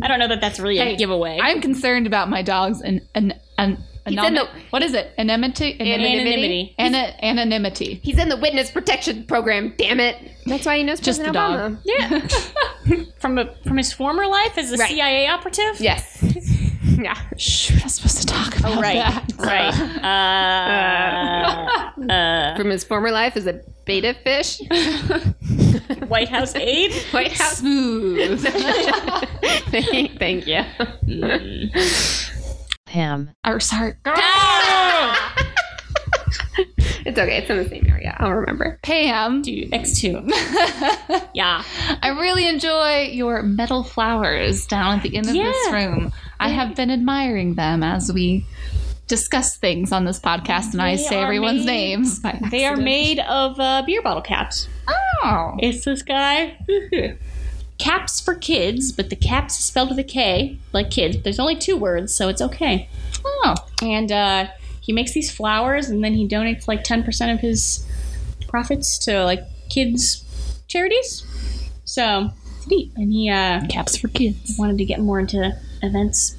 [SPEAKER 2] I don't know that that's really a giveaway.
[SPEAKER 3] I'm concerned about my dog's an, an, an,
[SPEAKER 1] He's
[SPEAKER 3] anony-
[SPEAKER 1] in the-
[SPEAKER 3] what is it? Anonymity? Anonymity?
[SPEAKER 2] Anonymity.
[SPEAKER 3] Ana- anonymity.
[SPEAKER 1] He's in the witness protection program. Damn it! That's why he knows
[SPEAKER 3] Just
[SPEAKER 1] President
[SPEAKER 3] the dog.
[SPEAKER 1] Obama. *laughs*
[SPEAKER 2] Yeah. from a from his former life as a
[SPEAKER 1] Right.
[SPEAKER 2] CIA operative.
[SPEAKER 1] Yes. *laughs* Yeah.
[SPEAKER 3] Shh, we're not supposed to talk about
[SPEAKER 2] Right.
[SPEAKER 3] that.
[SPEAKER 1] *laughs*
[SPEAKER 3] *laughs*
[SPEAKER 2] Right. Uh, uh,
[SPEAKER 1] From his former life as a beta *laughs* fish,
[SPEAKER 2] White House
[SPEAKER 1] *laughs*
[SPEAKER 2] aide.
[SPEAKER 1] White House.
[SPEAKER 3] *laughs* Smooth.
[SPEAKER 1] thank, thank you.
[SPEAKER 5] Him.
[SPEAKER 3] or sorry.
[SPEAKER 1] *laughs* Oh! It's okay. It's in the same area. I'll remember.
[SPEAKER 3] Pam,
[SPEAKER 2] Dude,
[SPEAKER 1] *laughs*
[SPEAKER 2] X two. Yeah.
[SPEAKER 3] I really enjoy your metal flowers down at the end of this
[SPEAKER 2] Yeah.
[SPEAKER 3] room. I have been admiring them as we discuss things on this podcast, and I
[SPEAKER 2] They
[SPEAKER 3] say
[SPEAKER 2] are made-
[SPEAKER 3] everyone's names. By
[SPEAKER 2] They are
[SPEAKER 3] accident.
[SPEAKER 2] made of uh, beer bottle caps.
[SPEAKER 3] Oh.
[SPEAKER 2] It's this guy. *laughs* caps for kids, but the caps is spelled with a K, like kid. There's only two words, so it's okay.
[SPEAKER 3] Oh.
[SPEAKER 2] And uh, he makes these flowers, and then he donates like 10% of his profits to like kids charities. So it's neat. And he uh,
[SPEAKER 3] Caps for kids.
[SPEAKER 2] wanted to get more into events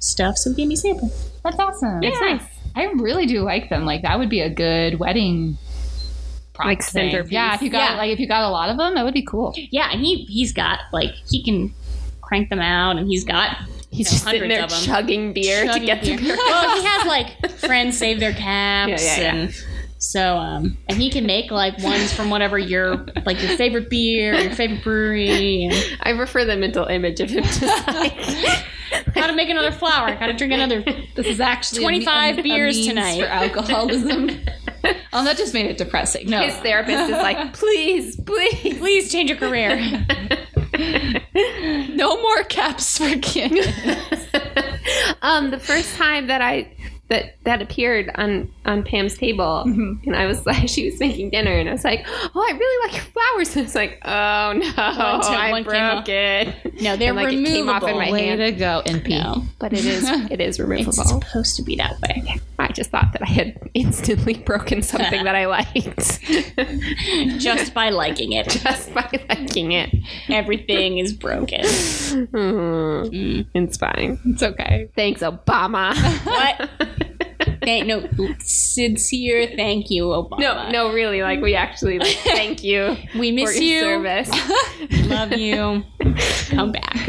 [SPEAKER 2] stuff, so he gave me a sample.
[SPEAKER 3] That's awesome.
[SPEAKER 1] It's nice.
[SPEAKER 3] I really do like them. Like that would be a good wedding. prop
[SPEAKER 1] Like
[SPEAKER 3] thing.
[SPEAKER 1] centerpiece.
[SPEAKER 3] Yeah, if you got
[SPEAKER 2] Yeah.
[SPEAKER 3] like if you got a lot of them, that would be cool.
[SPEAKER 2] Yeah, and he he's got like he can crank them out, and he's got
[SPEAKER 1] He's
[SPEAKER 2] you know,
[SPEAKER 1] just sitting
[SPEAKER 2] hundreds
[SPEAKER 1] there
[SPEAKER 2] of 'em.
[SPEAKER 1] chugging beer to
[SPEAKER 2] Chugging
[SPEAKER 1] get to
[SPEAKER 2] beer.
[SPEAKER 1] beer.
[SPEAKER 2] well, he has like friends save their caps
[SPEAKER 1] Yeah, yeah, yeah.
[SPEAKER 2] and so um and he can make like ones from whatever your like your favorite beer, your favorite brewery, and
[SPEAKER 1] *laughs* I prefer the mental image of him
[SPEAKER 2] *laughs*
[SPEAKER 1] just like
[SPEAKER 2] how to make another flower, how to drink another.
[SPEAKER 3] This is actually
[SPEAKER 2] a- 25 a- a beers means tonight.
[SPEAKER 3] for
[SPEAKER 2] for
[SPEAKER 1] *laughs*
[SPEAKER 3] alcoholism. oh, that just made it depressing. No,
[SPEAKER 1] his therapist is
[SPEAKER 3] *laughs*
[SPEAKER 1] like, please,
[SPEAKER 2] *laughs*
[SPEAKER 1] please.
[SPEAKER 2] Please change your career.
[SPEAKER 3] no more caps for *laughs* kids.
[SPEAKER 1] *laughs* um, the first time that I that that appeared on on Pam's table,
[SPEAKER 2] Mm-hmm.
[SPEAKER 1] and I was like, *laughs* she was making dinner, and I was like, oh, I really like your flowers. And it's like, oh no,
[SPEAKER 2] took-
[SPEAKER 1] I
[SPEAKER 2] *laughs* one came
[SPEAKER 1] broke
[SPEAKER 2] off.
[SPEAKER 1] it.
[SPEAKER 2] No, they're
[SPEAKER 1] And, like, it came off in
[SPEAKER 2] removable.
[SPEAKER 1] my
[SPEAKER 3] Way
[SPEAKER 1] hand,
[SPEAKER 3] to go, NP.
[SPEAKER 2] No,
[SPEAKER 1] but it
[SPEAKER 2] *laughs*
[SPEAKER 1] is it is
[SPEAKER 2] it's
[SPEAKER 1] removable.
[SPEAKER 2] supposed to be that way.
[SPEAKER 1] I just thought that I had instantly *laughs* broken something that I
[SPEAKER 2] *laughs*
[SPEAKER 1] liked
[SPEAKER 2] Just by liking it,
[SPEAKER 1] just by liking it.
[SPEAKER 2] everything is broken.
[SPEAKER 1] Mm, It's fine.
[SPEAKER 3] It's okay.
[SPEAKER 1] Thanks, Obama.
[SPEAKER 2] *laughs* What?
[SPEAKER 1] *laughs*
[SPEAKER 2] Thank no sincere thank you, Obama.
[SPEAKER 1] No, no, really. Like we actually *laughs* like, thank you Uh,
[SPEAKER 2] we
[SPEAKER 1] for your
[SPEAKER 2] miss you.
[SPEAKER 1] *laughs* service.
[SPEAKER 2] Love you. Come back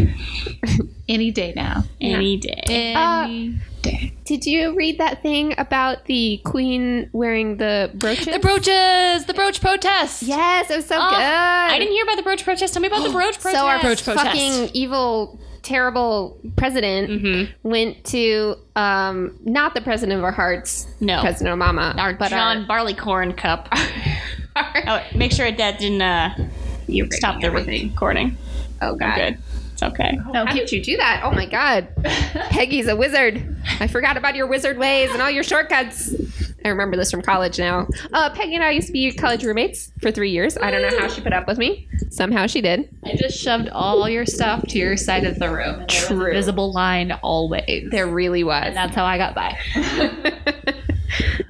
[SPEAKER 3] Any day now.
[SPEAKER 2] any day.
[SPEAKER 3] Any day.
[SPEAKER 1] Did you read that thing about the queen wearing the brooches?
[SPEAKER 3] The brooches. The brooch protest.
[SPEAKER 1] yes, it was so
[SPEAKER 2] Oh,
[SPEAKER 1] good.
[SPEAKER 2] I didn't hear about the brooch protest. Tell me
[SPEAKER 1] *gasps*
[SPEAKER 2] about the brooch protest.
[SPEAKER 1] So our
[SPEAKER 3] Brooch protest.
[SPEAKER 1] fucking evil, terrible president went to um, not the president of our hearts,
[SPEAKER 2] No.
[SPEAKER 1] President Obama,
[SPEAKER 2] our
[SPEAKER 1] but *laughs*
[SPEAKER 2] John Barleycorn cup. oh, make sure that didn't uh,
[SPEAKER 1] You're
[SPEAKER 2] stop the recording.
[SPEAKER 1] Oh God.
[SPEAKER 2] Good. okay.
[SPEAKER 3] No,
[SPEAKER 1] How
[SPEAKER 3] keep-
[SPEAKER 1] did you do that? Oh my god. Peggy's a wizard. I forgot about your wizard ways and all your shortcuts. I remember this from college now. Uh, Peggy and I used to be college roommates for three years. I don't know how she put up with me. Somehow she did.
[SPEAKER 3] I just shoved all your stuff to your side of the room. And there was a
[SPEAKER 1] True.
[SPEAKER 3] visible line always.
[SPEAKER 1] There really was.
[SPEAKER 3] And that's how I got by.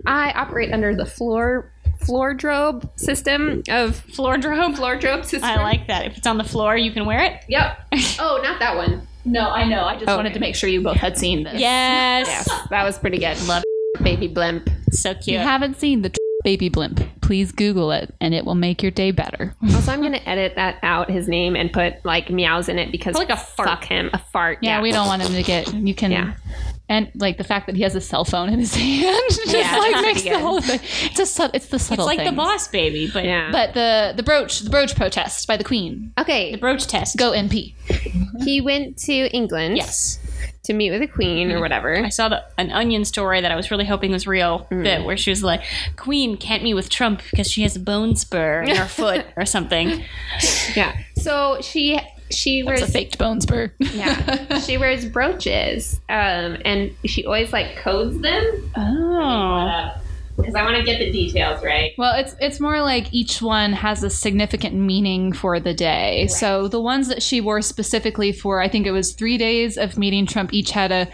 [SPEAKER 1] I operate under the floor floordrobe system of
[SPEAKER 2] Floor drobe.
[SPEAKER 1] floordrobe system.
[SPEAKER 2] I like that. If it's on the floor, you can wear it.
[SPEAKER 1] Yep. Oh, not that one.
[SPEAKER 3] No, I know. I just
[SPEAKER 1] Oh.
[SPEAKER 3] wanted to make sure you both had seen this.
[SPEAKER 2] Yes.
[SPEAKER 1] Yes, *laughs* that was pretty good.
[SPEAKER 3] Love
[SPEAKER 1] baby blimp.
[SPEAKER 2] So
[SPEAKER 3] If you
[SPEAKER 2] cute.
[SPEAKER 3] haven't seen the baby blimp, please Google it and it will make your day better.
[SPEAKER 1] Also, I'm gonna edit that out his name and put like meows in it because
[SPEAKER 2] Like a fart.
[SPEAKER 1] fuck him a fart.
[SPEAKER 3] Yeah, we don't want him to get. You can.
[SPEAKER 1] Yeah.
[SPEAKER 3] And like the fact that he has a cell phone in his *laughs* hand just
[SPEAKER 1] Yeah,
[SPEAKER 3] like
[SPEAKER 1] that's
[SPEAKER 3] makes
[SPEAKER 1] pretty
[SPEAKER 3] the
[SPEAKER 1] good.
[SPEAKER 3] whole thing. It's a sub, it's the subtle
[SPEAKER 2] it's like the
[SPEAKER 3] things.
[SPEAKER 2] boss baby, but
[SPEAKER 1] Yeah.
[SPEAKER 3] But the the brooch the brooch protest by the queen.
[SPEAKER 2] the
[SPEAKER 1] okay,
[SPEAKER 2] brooch test.
[SPEAKER 3] Go NP.
[SPEAKER 1] he went to England.
[SPEAKER 2] Yes. Mm-hmm.
[SPEAKER 1] To meet with the queen or whatever.
[SPEAKER 2] I saw the, an onion story that I was really hoping was real,
[SPEAKER 1] Hmm.
[SPEAKER 2] that where she was like, "Queen can't meet with Trump because she has a bone spur
[SPEAKER 1] *laughs*
[SPEAKER 2] in her foot or something."
[SPEAKER 1] Yeah. So she she
[SPEAKER 3] It's
[SPEAKER 1] wears
[SPEAKER 3] a faked bone spur.
[SPEAKER 1] *laughs* yeah she wears brooches um and she always like codes them
[SPEAKER 2] Oh,
[SPEAKER 1] because I want to get the details right.
[SPEAKER 3] Well, it's it's more like each one has a significant meaning for the day. So the ones that she wore specifically for, I think it was three days of meeting Trump, each had a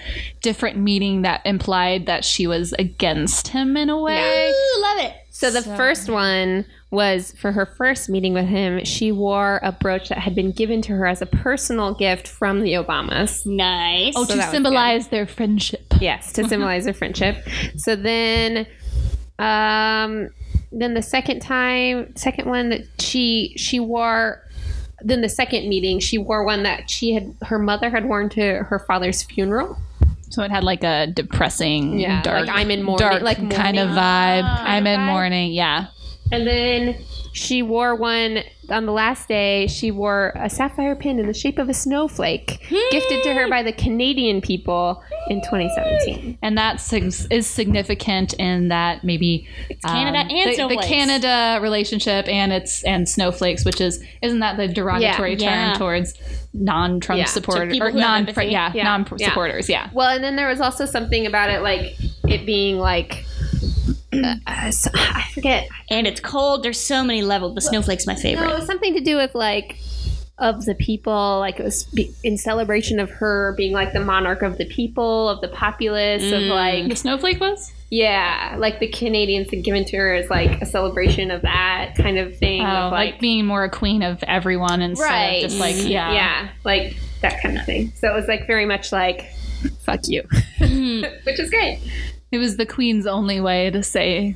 [SPEAKER 3] different meaning that implied that she was against him in a way.
[SPEAKER 2] love it.
[SPEAKER 1] So the
[SPEAKER 3] So-
[SPEAKER 1] first one was for her first meeting with him. She wore a brooch that had been given to her as a personal gift from the Obamas.
[SPEAKER 2] Nice.
[SPEAKER 3] Oh,
[SPEAKER 1] So that
[SPEAKER 3] to
[SPEAKER 1] was
[SPEAKER 3] symbolize their friendship.
[SPEAKER 1] Yes, to symbolize their friendship. So then, um, then the second time, second one that she she wore. Then the second meeting, she wore one that she had her mother had worn to her father's funeral.
[SPEAKER 3] So it had like a depressing,
[SPEAKER 1] Yeah,
[SPEAKER 3] dark,
[SPEAKER 1] like I'm in mourning,
[SPEAKER 3] dark
[SPEAKER 1] like
[SPEAKER 3] kind of
[SPEAKER 1] mourning.
[SPEAKER 3] vibe. I'm in
[SPEAKER 1] vibe.
[SPEAKER 3] mourning. Yeah.
[SPEAKER 1] And then she wore one on the last day. She wore a sapphire pin in the shape of a snowflake, gifted to her by the Canadian people in 2017.
[SPEAKER 3] and that sig- is significant in that maybe um,
[SPEAKER 2] Canada and
[SPEAKER 3] the- the,
[SPEAKER 2] snowflakes.
[SPEAKER 3] Canada relationship and its and snowflakes, which is isn't that the derogatory
[SPEAKER 2] Yeah.
[SPEAKER 3] term
[SPEAKER 2] Yeah.
[SPEAKER 3] towards non-Trump
[SPEAKER 1] Yeah. To
[SPEAKER 3] supporters
[SPEAKER 2] people
[SPEAKER 3] or
[SPEAKER 2] who have
[SPEAKER 3] non
[SPEAKER 2] empathy.
[SPEAKER 3] yeah,
[SPEAKER 1] Yeah.
[SPEAKER 3] non
[SPEAKER 1] Yeah.
[SPEAKER 3] supporters yeah
[SPEAKER 1] Well, and then there was also something about it, like it being like. uh, uh, so- I forget.
[SPEAKER 2] and it's cold. There's so many levels. The snowflake's my
[SPEAKER 1] No,
[SPEAKER 2] favorite.
[SPEAKER 1] it was something to do with like of the people. Like it was be- in celebration of her being like the monarch of the people, of the populace, of like
[SPEAKER 3] the snowflake was
[SPEAKER 1] Yeah, like the Canadians had given to her as like a celebration of that kind of thing.
[SPEAKER 3] Oh,
[SPEAKER 1] of
[SPEAKER 3] like,
[SPEAKER 1] like,
[SPEAKER 3] being more a queen of everyone instead
[SPEAKER 1] Right. Mm-hmm.
[SPEAKER 3] of just like yeah
[SPEAKER 1] yeah, like that kind of thing. So it was like very much like, fuck you, *laughs* which is great.
[SPEAKER 3] it was the queen's only way to say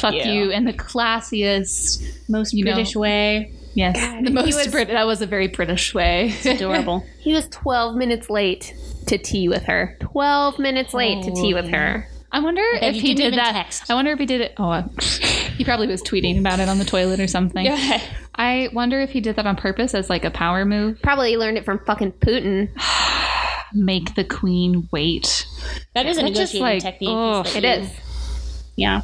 [SPEAKER 3] fuck,
[SPEAKER 2] you.
[SPEAKER 3] you in the classiest
[SPEAKER 2] Most
[SPEAKER 3] You know.
[SPEAKER 2] British way.
[SPEAKER 3] yes
[SPEAKER 1] God,
[SPEAKER 3] the
[SPEAKER 1] he
[SPEAKER 3] most
[SPEAKER 1] was-
[SPEAKER 3] Brit- that was a very British way
[SPEAKER 2] *laughs* Adorable.
[SPEAKER 1] He was 12 minutes late to tea with her. 12 minutes late to tea with her.
[SPEAKER 3] I wonder
[SPEAKER 2] bet
[SPEAKER 3] if
[SPEAKER 2] you
[SPEAKER 3] he
[SPEAKER 2] didn't
[SPEAKER 3] did
[SPEAKER 2] even
[SPEAKER 3] that.
[SPEAKER 2] text.
[SPEAKER 3] I wonder if he did it. Oh, uh, *laughs* he probably was tweeting about it on the toilet or something. I wonder if he did that on purpose as like a power move.
[SPEAKER 1] Probably learned it from fucking Putin.
[SPEAKER 3] Make the queen wait.
[SPEAKER 2] That is a
[SPEAKER 3] That's just
[SPEAKER 2] negotiating
[SPEAKER 3] like-
[SPEAKER 2] technique.
[SPEAKER 3] oh,
[SPEAKER 1] It
[SPEAKER 2] that you-
[SPEAKER 1] is.
[SPEAKER 2] Yeah.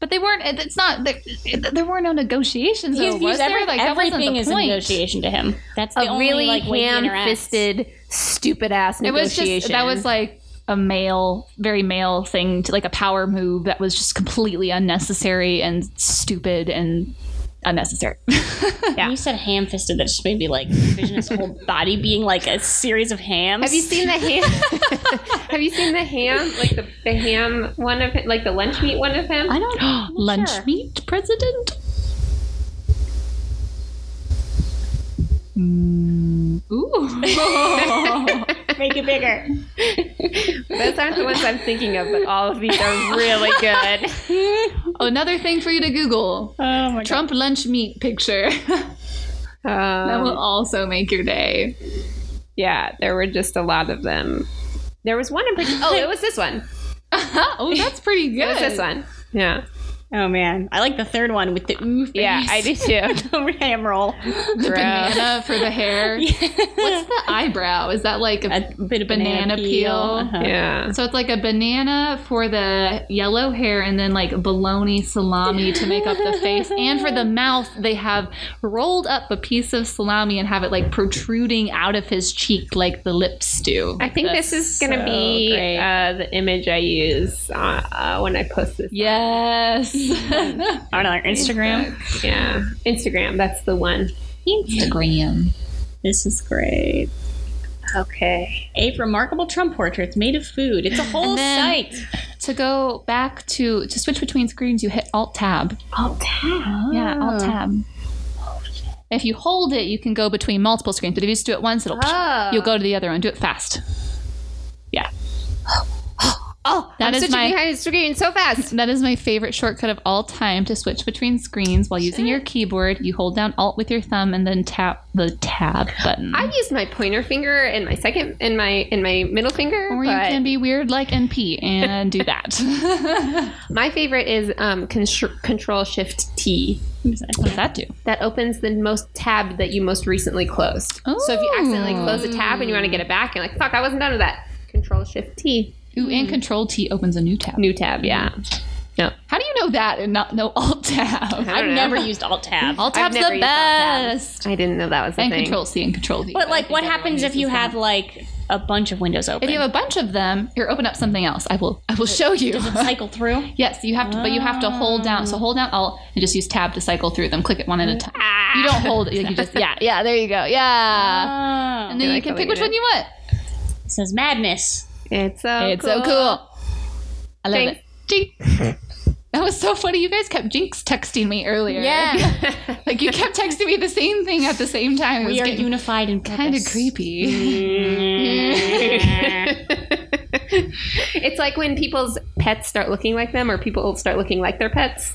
[SPEAKER 3] But they weren't. it- It's not. There, it- there were no negotiations.
[SPEAKER 2] He
[SPEAKER 3] Though,
[SPEAKER 2] views
[SPEAKER 3] was there?
[SPEAKER 2] every-
[SPEAKER 3] like that wasn't
[SPEAKER 2] everything
[SPEAKER 3] the
[SPEAKER 2] is
[SPEAKER 3] point.
[SPEAKER 2] a negotiation to him. That's the
[SPEAKER 1] A
[SPEAKER 2] only
[SPEAKER 1] really
[SPEAKER 2] like way he interacts.
[SPEAKER 1] ham-fisted, stupid ass
[SPEAKER 3] It was
[SPEAKER 1] negotiation.
[SPEAKER 3] just that was like a male, very male thing, to, like a power move that was just completely unnecessary and stupid and unnecessary. *laughs*
[SPEAKER 1] Yeah.
[SPEAKER 2] When you said ham fisted, that just made me like envision his whole body being like a series of hams.
[SPEAKER 1] Have you seen the ham? *laughs* Have you seen the ham? Like the, the ham one of like the lunch meat one of him?
[SPEAKER 3] *gasps*
[SPEAKER 2] I don't I'm not
[SPEAKER 3] Lunch
[SPEAKER 2] sure.
[SPEAKER 3] meat president? *laughs* ooh.
[SPEAKER 2] *laughs* Make it bigger.
[SPEAKER 1] Those aren't the ones I'm thinking of, but all of these are really good.
[SPEAKER 3] Another thing for you to Google
[SPEAKER 2] Oh my
[SPEAKER 3] Trump lunch meat picture. *laughs* that will
[SPEAKER 1] Um,
[SPEAKER 3] also make your day.
[SPEAKER 1] yeah, there were just a lot of them. There was one in particular. Oh, it was this one.
[SPEAKER 3] *laughs* oh, that's pretty good.
[SPEAKER 1] It was this one. Yeah.
[SPEAKER 2] Oh man, I like the third one with the ooh face.
[SPEAKER 5] Yeah, I do too.
[SPEAKER 2] *laughs* the ham roll.
[SPEAKER 5] Gross.
[SPEAKER 3] *laughs* Banana for the hair. What's the eyebrow? Is that like
[SPEAKER 2] A
[SPEAKER 3] a,
[SPEAKER 2] bit of banana,
[SPEAKER 3] Banana
[SPEAKER 2] peel.
[SPEAKER 3] peel.
[SPEAKER 2] Uh-huh.
[SPEAKER 1] Yeah.
[SPEAKER 3] so it's like a banana for the yellow hair and then like bologna salami to make up the face. And for the mouth, they have rolled up a piece of salami and have it like protruding out of his cheek like the lips do.
[SPEAKER 1] I think this
[SPEAKER 2] That's
[SPEAKER 1] is going to
[SPEAKER 2] so
[SPEAKER 1] be
[SPEAKER 2] great.
[SPEAKER 1] uh, the image I use uh, uh, when I post this. *laughs*
[SPEAKER 3] Yes.
[SPEAKER 2] On our Instagram.
[SPEAKER 1] Yeah. Instagram, that's the one.
[SPEAKER 3] Instagram.
[SPEAKER 2] This is great.
[SPEAKER 1] Okay.
[SPEAKER 2] Eight remarkable Trump portraits made of food. It's a whole
[SPEAKER 3] And then-
[SPEAKER 2] site.
[SPEAKER 3] To go back to to switch between screens, you hit Alt Tab.
[SPEAKER 1] Alt tab. Oh.
[SPEAKER 3] Yeah, Alt Tab. If you hold it, you can go between multiple screens. But if you just do it once, it'll
[SPEAKER 1] Oh.
[SPEAKER 3] you'll go to the other one. Do it fast.
[SPEAKER 1] *gasps* Oh,
[SPEAKER 3] That
[SPEAKER 1] I'm
[SPEAKER 3] is
[SPEAKER 1] switching
[SPEAKER 3] my-
[SPEAKER 1] behind Instagram so fast.
[SPEAKER 3] That is my favorite shortcut of all time to switch between screens while using your keyboard. You hold down Alt with your thumb and then tap the Tab button.
[SPEAKER 1] I use my pointer finger and my second and my and my middle finger.
[SPEAKER 3] or you
[SPEAKER 1] but
[SPEAKER 3] can be weird like NP and do
[SPEAKER 1] *laughs*
[SPEAKER 3] that.
[SPEAKER 1] my favorite is um, constr- Control Shift T.
[SPEAKER 3] what does that do?
[SPEAKER 1] That opens the most tab that you most recently closed. So if you accidentally
[SPEAKER 3] Ooh.
[SPEAKER 1] close a tab and you want to get it back, you're like, "Fuck, I wasn't done with that." Control Shift T,
[SPEAKER 3] Ooh,
[SPEAKER 1] Hmm.
[SPEAKER 3] and Control T opens a new tab.
[SPEAKER 1] new tab. Yeah,
[SPEAKER 3] Mm. How do you know that and not know *laughs* Alt Tab?
[SPEAKER 1] I
[SPEAKER 2] I've
[SPEAKER 1] don't know. *laughs*
[SPEAKER 2] never used Alt Tab.
[SPEAKER 3] Alt
[SPEAKER 1] I've
[SPEAKER 3] Tab's
[SPEAKER 1] never
[SPEAKER 3] the
[SPEAKER 1] used Alt Tab.
[SPEAKER 3] best.
[SPEAKER 1] I didn't know that was a
[SPEAKER 3] And
[SPEAKER 1] thing.
[SPEAKER 3] Control C and Control V.
[SPEAKER 2] But like, what happens if you have like a bunch of windows open?
[SPEAKER 3] if you have a bunch of them, you're open up something else. I will. I will show
[SPEAKER 2] *laughs*
[SPEAKER 3] you. *laughs*
[SPEAKER 2] cycle through.
[SPEAKER 3] Yes, you have to, but you have to hold down. So hold down Alt and just use Tab to cycle through them. Click it one at a time. You
[SPEAKER 1] *laughs*
[SPEAKER 3] don't hold it. You just yeah, yeah. There you go. Yeah,
[SPEAKER 2] Oh.
[SPEAKER 3] and then
[SPEAKER 1] I
[SPEAKER 3] you
[SPEAKER 1] like
[SPEAKER 3] can
[SPEAKER 1] how
[SPEAKER 3] pick
[SPEAKER 1] they
[SPEAKER 3] which
[SPEAKER 1] did
[SPEAKER 3] one you want.
[SPEAKER 2] It says madness.
[SPEAKER 1] It's so
[SPEAKER 3] it's so cool. I love
[SPEAKER 1] Thanks.
[SPEAKER 3] it. Jinx. *laughs* That was so funny. You guys kept Jinx texting me earlier.
[SPEAKER 2] *laughs*
[SPEAKER 3] like you kept texting me the same thing at the same time. It was
[SPEAKER 2] We are
[SPEAKER 3] getting
[SPEAKER 2] unified in purpose.
[SPEAKER 3] kind of creepy.
[SPEAKER 1] *laughs* it's like when people's pets start looking like them, or people start looking like their pets.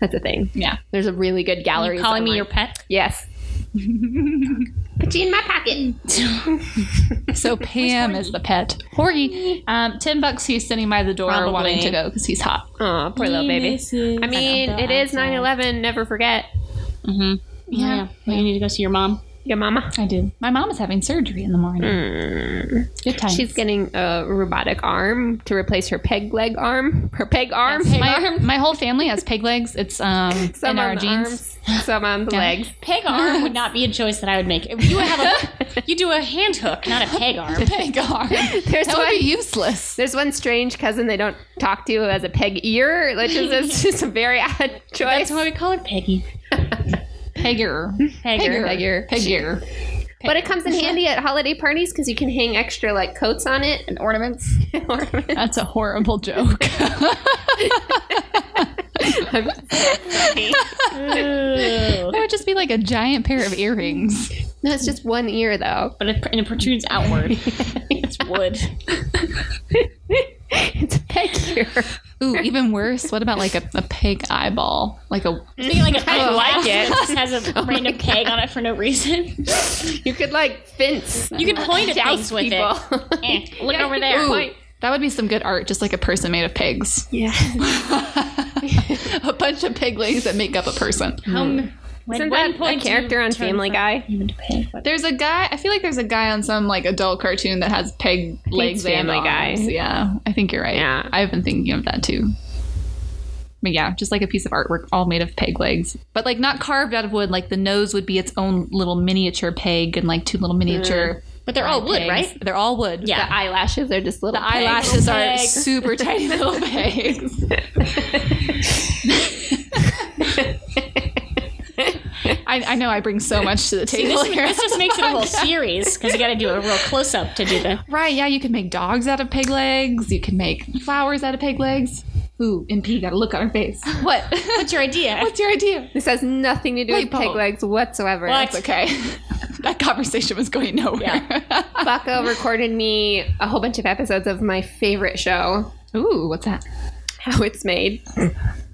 [SPEAKER 1] That's a thing.
[SPEAKER 3] yeah.
[SPEAKER 1] There's a really good gallery.
[SPEAKER 2] You calling me
[SPEAKER 1] online.
[SPEAKER 2] your pet?
[SPEAKER 3] *laughs*
[SPEAKER 1] yes. Put you in my pocket.
[SPEAKER 3] So Pam is the pet. Horgy. Um, ten bucks he's sitting by the door
[SPEAKER 2] Probably.
[SPEAKER 3] wanting to go because he's hot.
[SPEAKER 1] Oh, poor little baby. I mean, it is 9/11. Never forget
[SPEAKER 2] Mm-hmm. Yeah.
[SPEAKER 3] Yeah.
[SPEAKER 2] Well, you need to go see your mom.
[SPEAKER 1] your mama.
[SPEAKER 3] I do. My mom is having surgery in the morning. Good time.
[SPEAKER 1] She's getting a robotic arm to replace her peg leg arm. Her peg arm.
[SPEAKER 3] *laughs* my, my whole family has pig legs. It's um
[SPEAKER 1] Some
[SPEAKER 3] in our
[SPEAKER 1] on the
[SPEAKER 3] genes.
[SPEAKER 1] arms, some on the
[SPEAKER 3] Yeah.
[SPEAKER 1] legs.
[SPEAKER 2] Peg *laughs* arm would not be a choice that I would make. You would have *laughs* a, you do a hand hook, not a peg *laughs* arm.
[SPEAKER 3] *laughs* Pig arm.
[SPEAKER 1] There's
[SPEAKER 3] that
[SPEAKER 1] one.
[SPEAKER 3] would be useless.
[SPEAKER 1] There's one strange cousin they don't talk to who has a peg ear, which is it's just *laughs* a very odd choice.
[SPEAKER 2] That's why we call it Peggy.
[SPEAKER 3] Pigger.
[SPEAKER 2] Pegger.
[SPEAKER 3] Pigger. Pigger.
[SPEAKER 1] But it *laughs* comes in handy at holiday parties because you can hang extra like coats on it and ornaments. *laughs* ornaments.
[SPEAKER 3] That's a horrible joke.
[SPEAKER 2] *laughs* Ooh.
[SPEAKER 3] That would just be like a giant pair of earrings.
[SPEAKER 1] No, it's just one ear though.
[SPEAKER 2] But it, and it protrudes *laughs* outward. it's wood.
[SPEAKER 1] *laughs* It's a peg ear.
[SPEAKER 3] Ooh, even worse. What about like a, a pig eyeball? Like a
[SPEAKER 2] Think like a peg like
[SPEAKER 1] it.
[SPEAKER 2] it. Oh just has a *laughs* random peg on it for no reason.
[SPEAKER 1] You could like fence.
[SPEAKER 2] You can point at things with it. *laughs* Eh, look
[SPEAKER 1] Yeah,
[SPEAKER 2] over
[SPEAKER 1] you
[SPEAKER 2] there.
[SPEAKER 1] can
[SPEAKER 2] Ooh.
[SPEAKER 1] point.
[SPEAKER 3] that would be some good art, just like a person made of pigs. *laughs*
[SPEAKER 1] Yeah.
[SPEAKER 3] a bunch of piglings that make up a person.
[SPEAKER 2] Um, when,
[SPEAKER 1] Isn't
[SPEAKER 2] when
[SPEAKER 1] that a
[SPEAKER 2] point do you
[SPEAKER 1] character on
[SPEAKER 2] turn
[SPEAKER 1] Family
[SPEAKER 2] from
[SPEAKER 1] Guy?
[SPEAKER 2] human to peg? What-
[SPEAKER 3] There's a guy. I feel like there's a guy on some like adult cartoon that has peg legs.
[SPEAKER 1] Family
[SPEAKER 3] and
[SPEAKER 1] Guy.
[SPEAKER 3] arms. Yeah, I think you're right.
[SPEAKER 1] Yeah.
[SPEAKER 3] I've been thinking of that too. But yeah, just like a piece of artwork, all made of peg legs, but like not carved out of wood. Like the nose would be its own little miniature peg, and like two little miniature.
[SPEAKER 2] But they're all Mm. Oh, wood,
[SPEAKER 3] pegs.
[SPEAKER 2] right?
[SPEAKER 3] They're all wood.
[SPEAKER 2] Yeah.
[SPEAKER 1] The eyelashes are just little.
[SPEAKER 3] The eyelashes
[SPEAKER 2] Little
[SPEAKER 3] are
[SPEAKER 2] peg.
[SPEAKER 3] super tiny
[SPEAKER 2] *laughs* Oh
[SPEAKER 3] little pegs. I, I know I bring so much to the table
[SPEAKER 2] This,
[SPEAKER 3] here.
[SPEAKER 2] this just makes *laughs* it a whole series because you got to do a real close up to do the.
[SPEAKER 3] Right, yeah, you can make dogs out of pig legs. You can make flowers out of pig legs. Ooh, MP got a look on
[SPEAKER 1] *laughs*
[SPEAKER 3] her face. What?
[SPEAKER 2] *laughs* What's your idea?
[SPEAKER 3] What's your idea?
[SPEAKER 1] This has nothing to do
[SPEAKER 3] Light
[SPEAKER 1] with
[SPEAKER 3] bulb.
[SPEAKER 1] peg legs whatsoever.
[SPEAKER 2] What?
[SPEAKER 3] It's okay. *laughs* that conversation was going nowhere.
[SPEAKER 1] Bucko recorded me a whole bunch of episodes of my favorite show,
[SPEAKER 3] *laughs* Ooh, what's that?
[SPEAKER 1] How It's Made.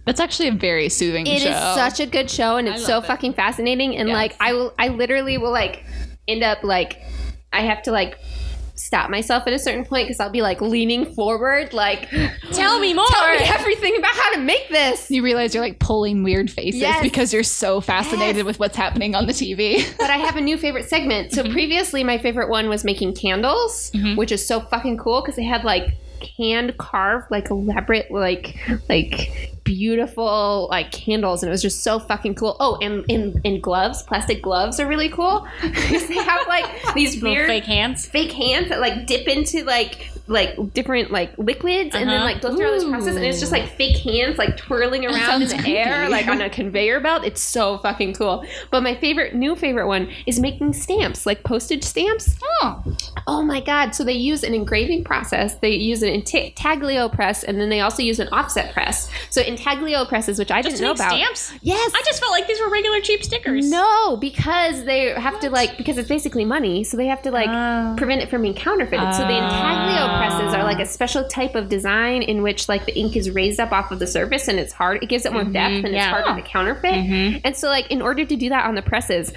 [SPEAKER 3] That's actually a very soothing
[SPEAKER 1] It is
[SPEAKER 3] show.
[SPEAKER 1] such a good show and it's so
[SPEAKER 3] love it.
[SPEAKER 1] fucking fascinating and
[SPEAKER 3] Yes.
[SPEAKER 1] like i will i literally will like end up like i have to like stop myself at a certain point because I'll be like leaning forward, like
[SPEAKER 2] Tell me more.
[SPEAKER 1] tell me everything about how to make this.
[SPEAKER 3] You realize you're like pulling weird faces
[SPEAKER 1] Yes.
[SPEAKER 3] because you're so fascinated
[SPEAKER 1] Yes.
[SPEAKER 3] with what's happening on the TV.
[SPEAKER 1] But I have a new favorite segment. So previously, my favorite one was making candles, which is so fucking cool because they had like hand carved, like elaborate, like like beautiful like candles, and it was just so fucking cool. Oh, and and, and gloves, plastic gloves are really cool. *laughs* 'Cause they have like these
[SPEAKER 2] *laughs* Little
[SPEAKER 1] weird
[SPEAKER 2] fake hands.
[SPEAKER 1] fake hands that like dip into like like different like liquids and then
[SPEAKER 2] Uh-huh.
[SPEAKER 1] like go through all this process and it's just like fake hands like twirling around in
[SPEAKER 3] sounds
[SPEAKER 1] the air
[SPEAKER 3] creepy.
[SPEAKER 1] like on a conveyor belt it's so fucking cool but my favorite new favorite one is making stamps like postage stamps
[SPEAKER 3] Oh,
[SPEAKER 1] oh my god so they use an engraving process they use an intaglio press and then they also use an offset press so intaglio presses which i
[SPEAKER 2] Just to
[SPEAKER 1] didn't know
[SPEAKER 2] make
[SPEAKER 1] about
[SPEAKER 2] stamps.
[SPEAKER 1] yes
[SPEAKER 2] I just felt like these were regular cheap stickers.
[SPEAKER 1] no, because they have to like because it's basically money, so they have to like
[SPEAKER 3] Oh.
[SPEAKER 1] prevent it from being counterfeited. So the intaglio presses are like a special type of design in which like the ink is raised up off of the surface and it's hard. It gives it more
[SPEAKER 3] Mm-hmm.
[SPEAKER 1] depth and
[SPEAKER 2] yeah.
[SPEAKER 1] it's harder to counterfeit. And so like in order to do that on the presses,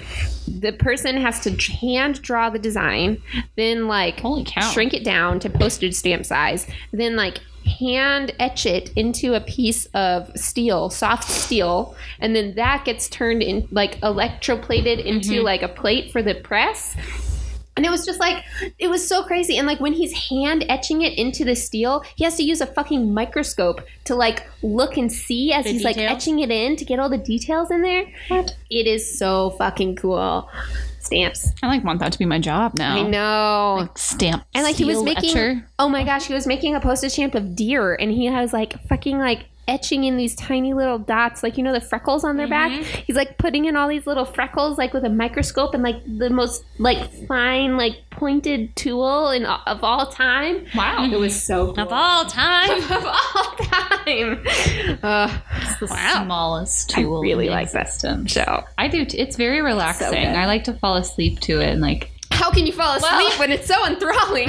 [SPEAKER 1] the person has to hand draw the design, then like
[SPEAKER 3] Holy cow.
[SPEAKER 1] shrink it down to postage stamp size, then like hand etch it into a piece of steel, soft steel, and then that gets turned in like electroplated into
[SPEAKER 2] Mm-hmm.
[SPEAKER 1] like a plate for the press. And it was just like it was so crazy. And like when he's hand etching it into the steel, he has to use a fucking microscope to like look and see as
[SPEAKER 2] The
[SPEAKER 1] he's like
[SPEAKER 2] details?
[SPEAKER 1] etching it in to get all the details in there. It is so fucking cool. Stamps.
[SPEAKER 3] *laughs* I like want that to be my job now.
[SPEAKER 1] I
[SPEAKER 2] Oh.
[SPEAKER 1] know.
[SPEAKER 3] Stamp
[SPEAKER 1] And like he was
[SPEAKER 3] seal
[SPEAKER 1] making,
[SPEAKER 3] etcher.
[SPEAKER 1] oh my gosh, he was making a postage stamp of deer, and he has like fucking like etching in these tiny little dots, like you know the freckles on their back. He's like putting in all these little freckles, like with a microscope and like the most like fine like pointed tool in of all time.
[SPEAKER 3] Wow.
[SPEAKER 1] It was so cool.
[SPEAKER 2] Of all time.
[SPEAKER 1] *laughs* of all time. Uh,
[SPEAKER 3] the smallest tool.
[SPEAKER 1] really
[SPEAKER 3] in
[SPEAKER 1] like that
[SPEAKER 3] existence.
[SPEAKER 1] so
[SPEAKER 3] I do. Too. It's very relaxing. I like to fall asleep to it and like.
[SPEAKER 1] how can you fall asleep when it's so enthralling?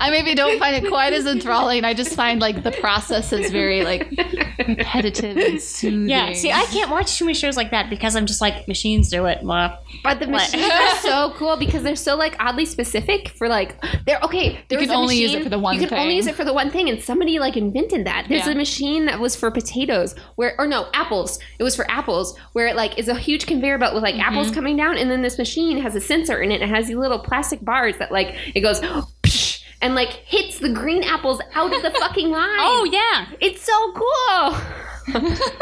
[SPEAKER 3] I maybe don't find it quite as enthralling. I just find like the process is very like repetitive and
[SPEAKER 2] *laughs*
[SPEAKER 3] soothing.
[SPEAKER 2] Yeah. See, I can't watch too many shows like that because I'm just like machines do it. Blah.
[SPEAKER 1] But the
[SPEAKER 2] What?
[SPEAKER 1] machines are
[SPEAKER 3] *laughs*
[SPEAKER 1] so cool because they're so like oddly specific for like they're okay. There
[SPEAKER 3] You
[SPEAKER 1] was
[SPEAKER 3] can
[SPEAKER 1] a
[SPEAKER 3] only use
[SPEAKER 1] machine-
[SPEAKER 3] it for the one
[SPEAKER 1] You can only
[SPEAKER 3] thing.
[SPEAKER 1] use it for the one thing, and somebody like invented that. There's
[SPEAKER 3] Yeah.
[SPEAKER 1] a machine that was for potatoes, where or no apples. It was for apples, where it like is a huge conveyor belt with like
[SPEAKER 3] Mm-hmm.
[SPEAKER 1] apples coming down, and then this machine has a sensor in it. And it has these little plastic bars that like it goes. psh, And like hits the green apples out of the
[SPEAKER 3] *laughs*
[SPEAKER 1] fucking line.
[SPEAKER 2] Oh yeah.
[SPEAKER 1] it's so cool!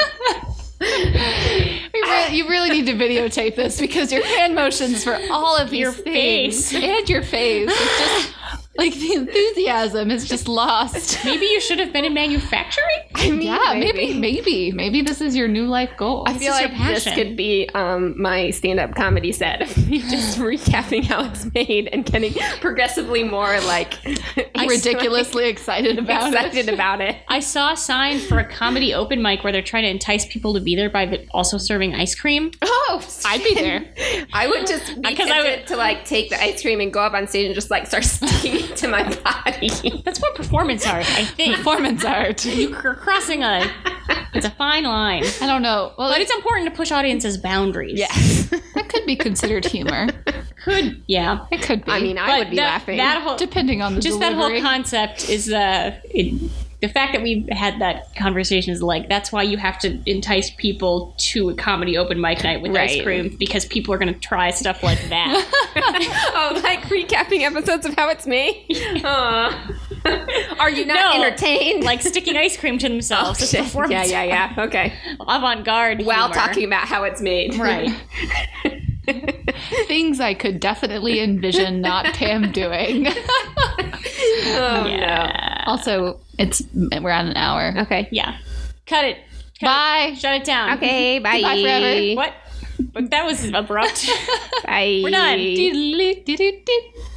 [SPEAKER 3] You re- you really need to videotape this because your hand motions for all of your things
[SPEAKER 2] face.
[SPEAKER 3] and your face. It's just like the enthusiasm is just lost.
[SPEAKER 2] Maybe you should have been in manufacturing.
[SPEAKER 1] I mean, *laughs*
[SPEAKER 3] *laughs* *laughs* yeah, maybe, maybe, maybe this is your new life goal.
[SPEAKER 1] I feel
[SPEAKER 2] is your
[SPEAKER 1] like this
[SPEAKER 2] passion.
[SPEAKER 1] could be um, my stand-up comedy
[SPEAKER 2] *laughs*
[SPEAKER 1] set. *laughs* Me just recapping how it's made and getting progressively more
[SPEAKER 2] *laughs*
[SPEAKER 1] like *laughs*
[SPEAKER 3] ridiculously excited about
[SPEAKER 1] excited
[SPEAKER 3] it.
[SPEAKER 1] about
[SPEAKER 2] *laughs*
[SPEAKER 1] it.
[SPEAKER 2] I saw a sign for a comedy open mic where they're trying to entice people to be there by vi- also serving ice cream.
[SPEAKER 1] Oh,
[SPEAKER 2] I'd be there.
[SPEAKER 1] I would just be
[SPEAKER 2] *laughs* 'Cause I
[SPEAKER 1] tempted to like take the ice cream and go up on stage and just like start *laughs* sticking it to my
[SPEAKER 2] *laughs*
[SPEAKER 1] body.
[SPEAKER 2] That's what performance art, I think. *laughs*
[SPEAKER 3] Performance art.
[SPEAKER 2] You're crossing a it's a fine line,
[SPEAKER 3] I don't know. Well,
[SPEAKER 2] but
[SPEAKER 3] it
[SPEAKER 2] it's important to push audiences' boundaries.
[SPEAKER 1] Yes,
[SPEAKER 3] that could be considered humor.
[SPEAKER 2] could yeah.
[SPEAKER 3] It could
[SPEAKER 1] *laughs*
[SPEAKER 3] be.
[SPEAKER 1] I mean I
[SPEAKER 2] But
[SPEAKER 1] would be
[SPEAKER 2] that,
[SPEAKER 1] laughing.
[SPEAKER 2] That whole
[SPEAKER 3] depending on the
[SPEAKER 2] just that
[SPEAKER 3] delivery.
[SPEAKER 2] whole concept is uh, it, the fact that we've had that conversation is like that's why you have to entice people to a comedy open mic night with
[SPEAKER 1] Right.
[SPEAKER 2] ice cream because people are going to try stuff like
[SPEAKER 1] *laughs*
[SPEAKER 2] that.
[SPEAKER 1] *laughs* oh, like recapping episodes of how it's made.
[SPEAKER 2] *laughs*
[SPEAKER 1] Aw. *laughs* Are you not
[SPEAKER 2] No,
[SPEAKER 1] entertained?
[SPEAKER 2] *laughs* like sticking ice cream to themselves. is
[SPEAKER 1] Oh, Shit. *laughs*
[SPEAKER 2] performance
[SPEAKER 1] yeah, yeah,
[SPEAKER 2] *laughs*
[SPEAKER 1] yeah. Okay.
[SPEAKER 2] avant garde
[SPEAKER 1] While talking about how it's made,
[SPEAKER 2] Right.
[SPEAKER 3] Things I could definitely envision not Pam doing.
[SPEAKER 1] *laughs* Oh
[SPEAKER 2] yeah.
[SPEAKER 3] also, it's we're at an hour.
[SPEAKER 1] no. Okay.
[SPEAKER 2] Yeah. Cut it. Cut
[SPEAKER 3] Bye.
[SPEAKER 2] It. Shut it down.
[SPEAKER 1] Okay. Bye.
[SPEAKER 3] *laughs* Goodbye
[SPEAKER 1] *laughs*
[SPEAKER 3] forever.
[SPEAKER 2] What? But that was abrupt.
[SPEAKER 1] Bye.
[SPEAKER 2] We're done.
[SPEAKER 3] Diddly-diddly-did.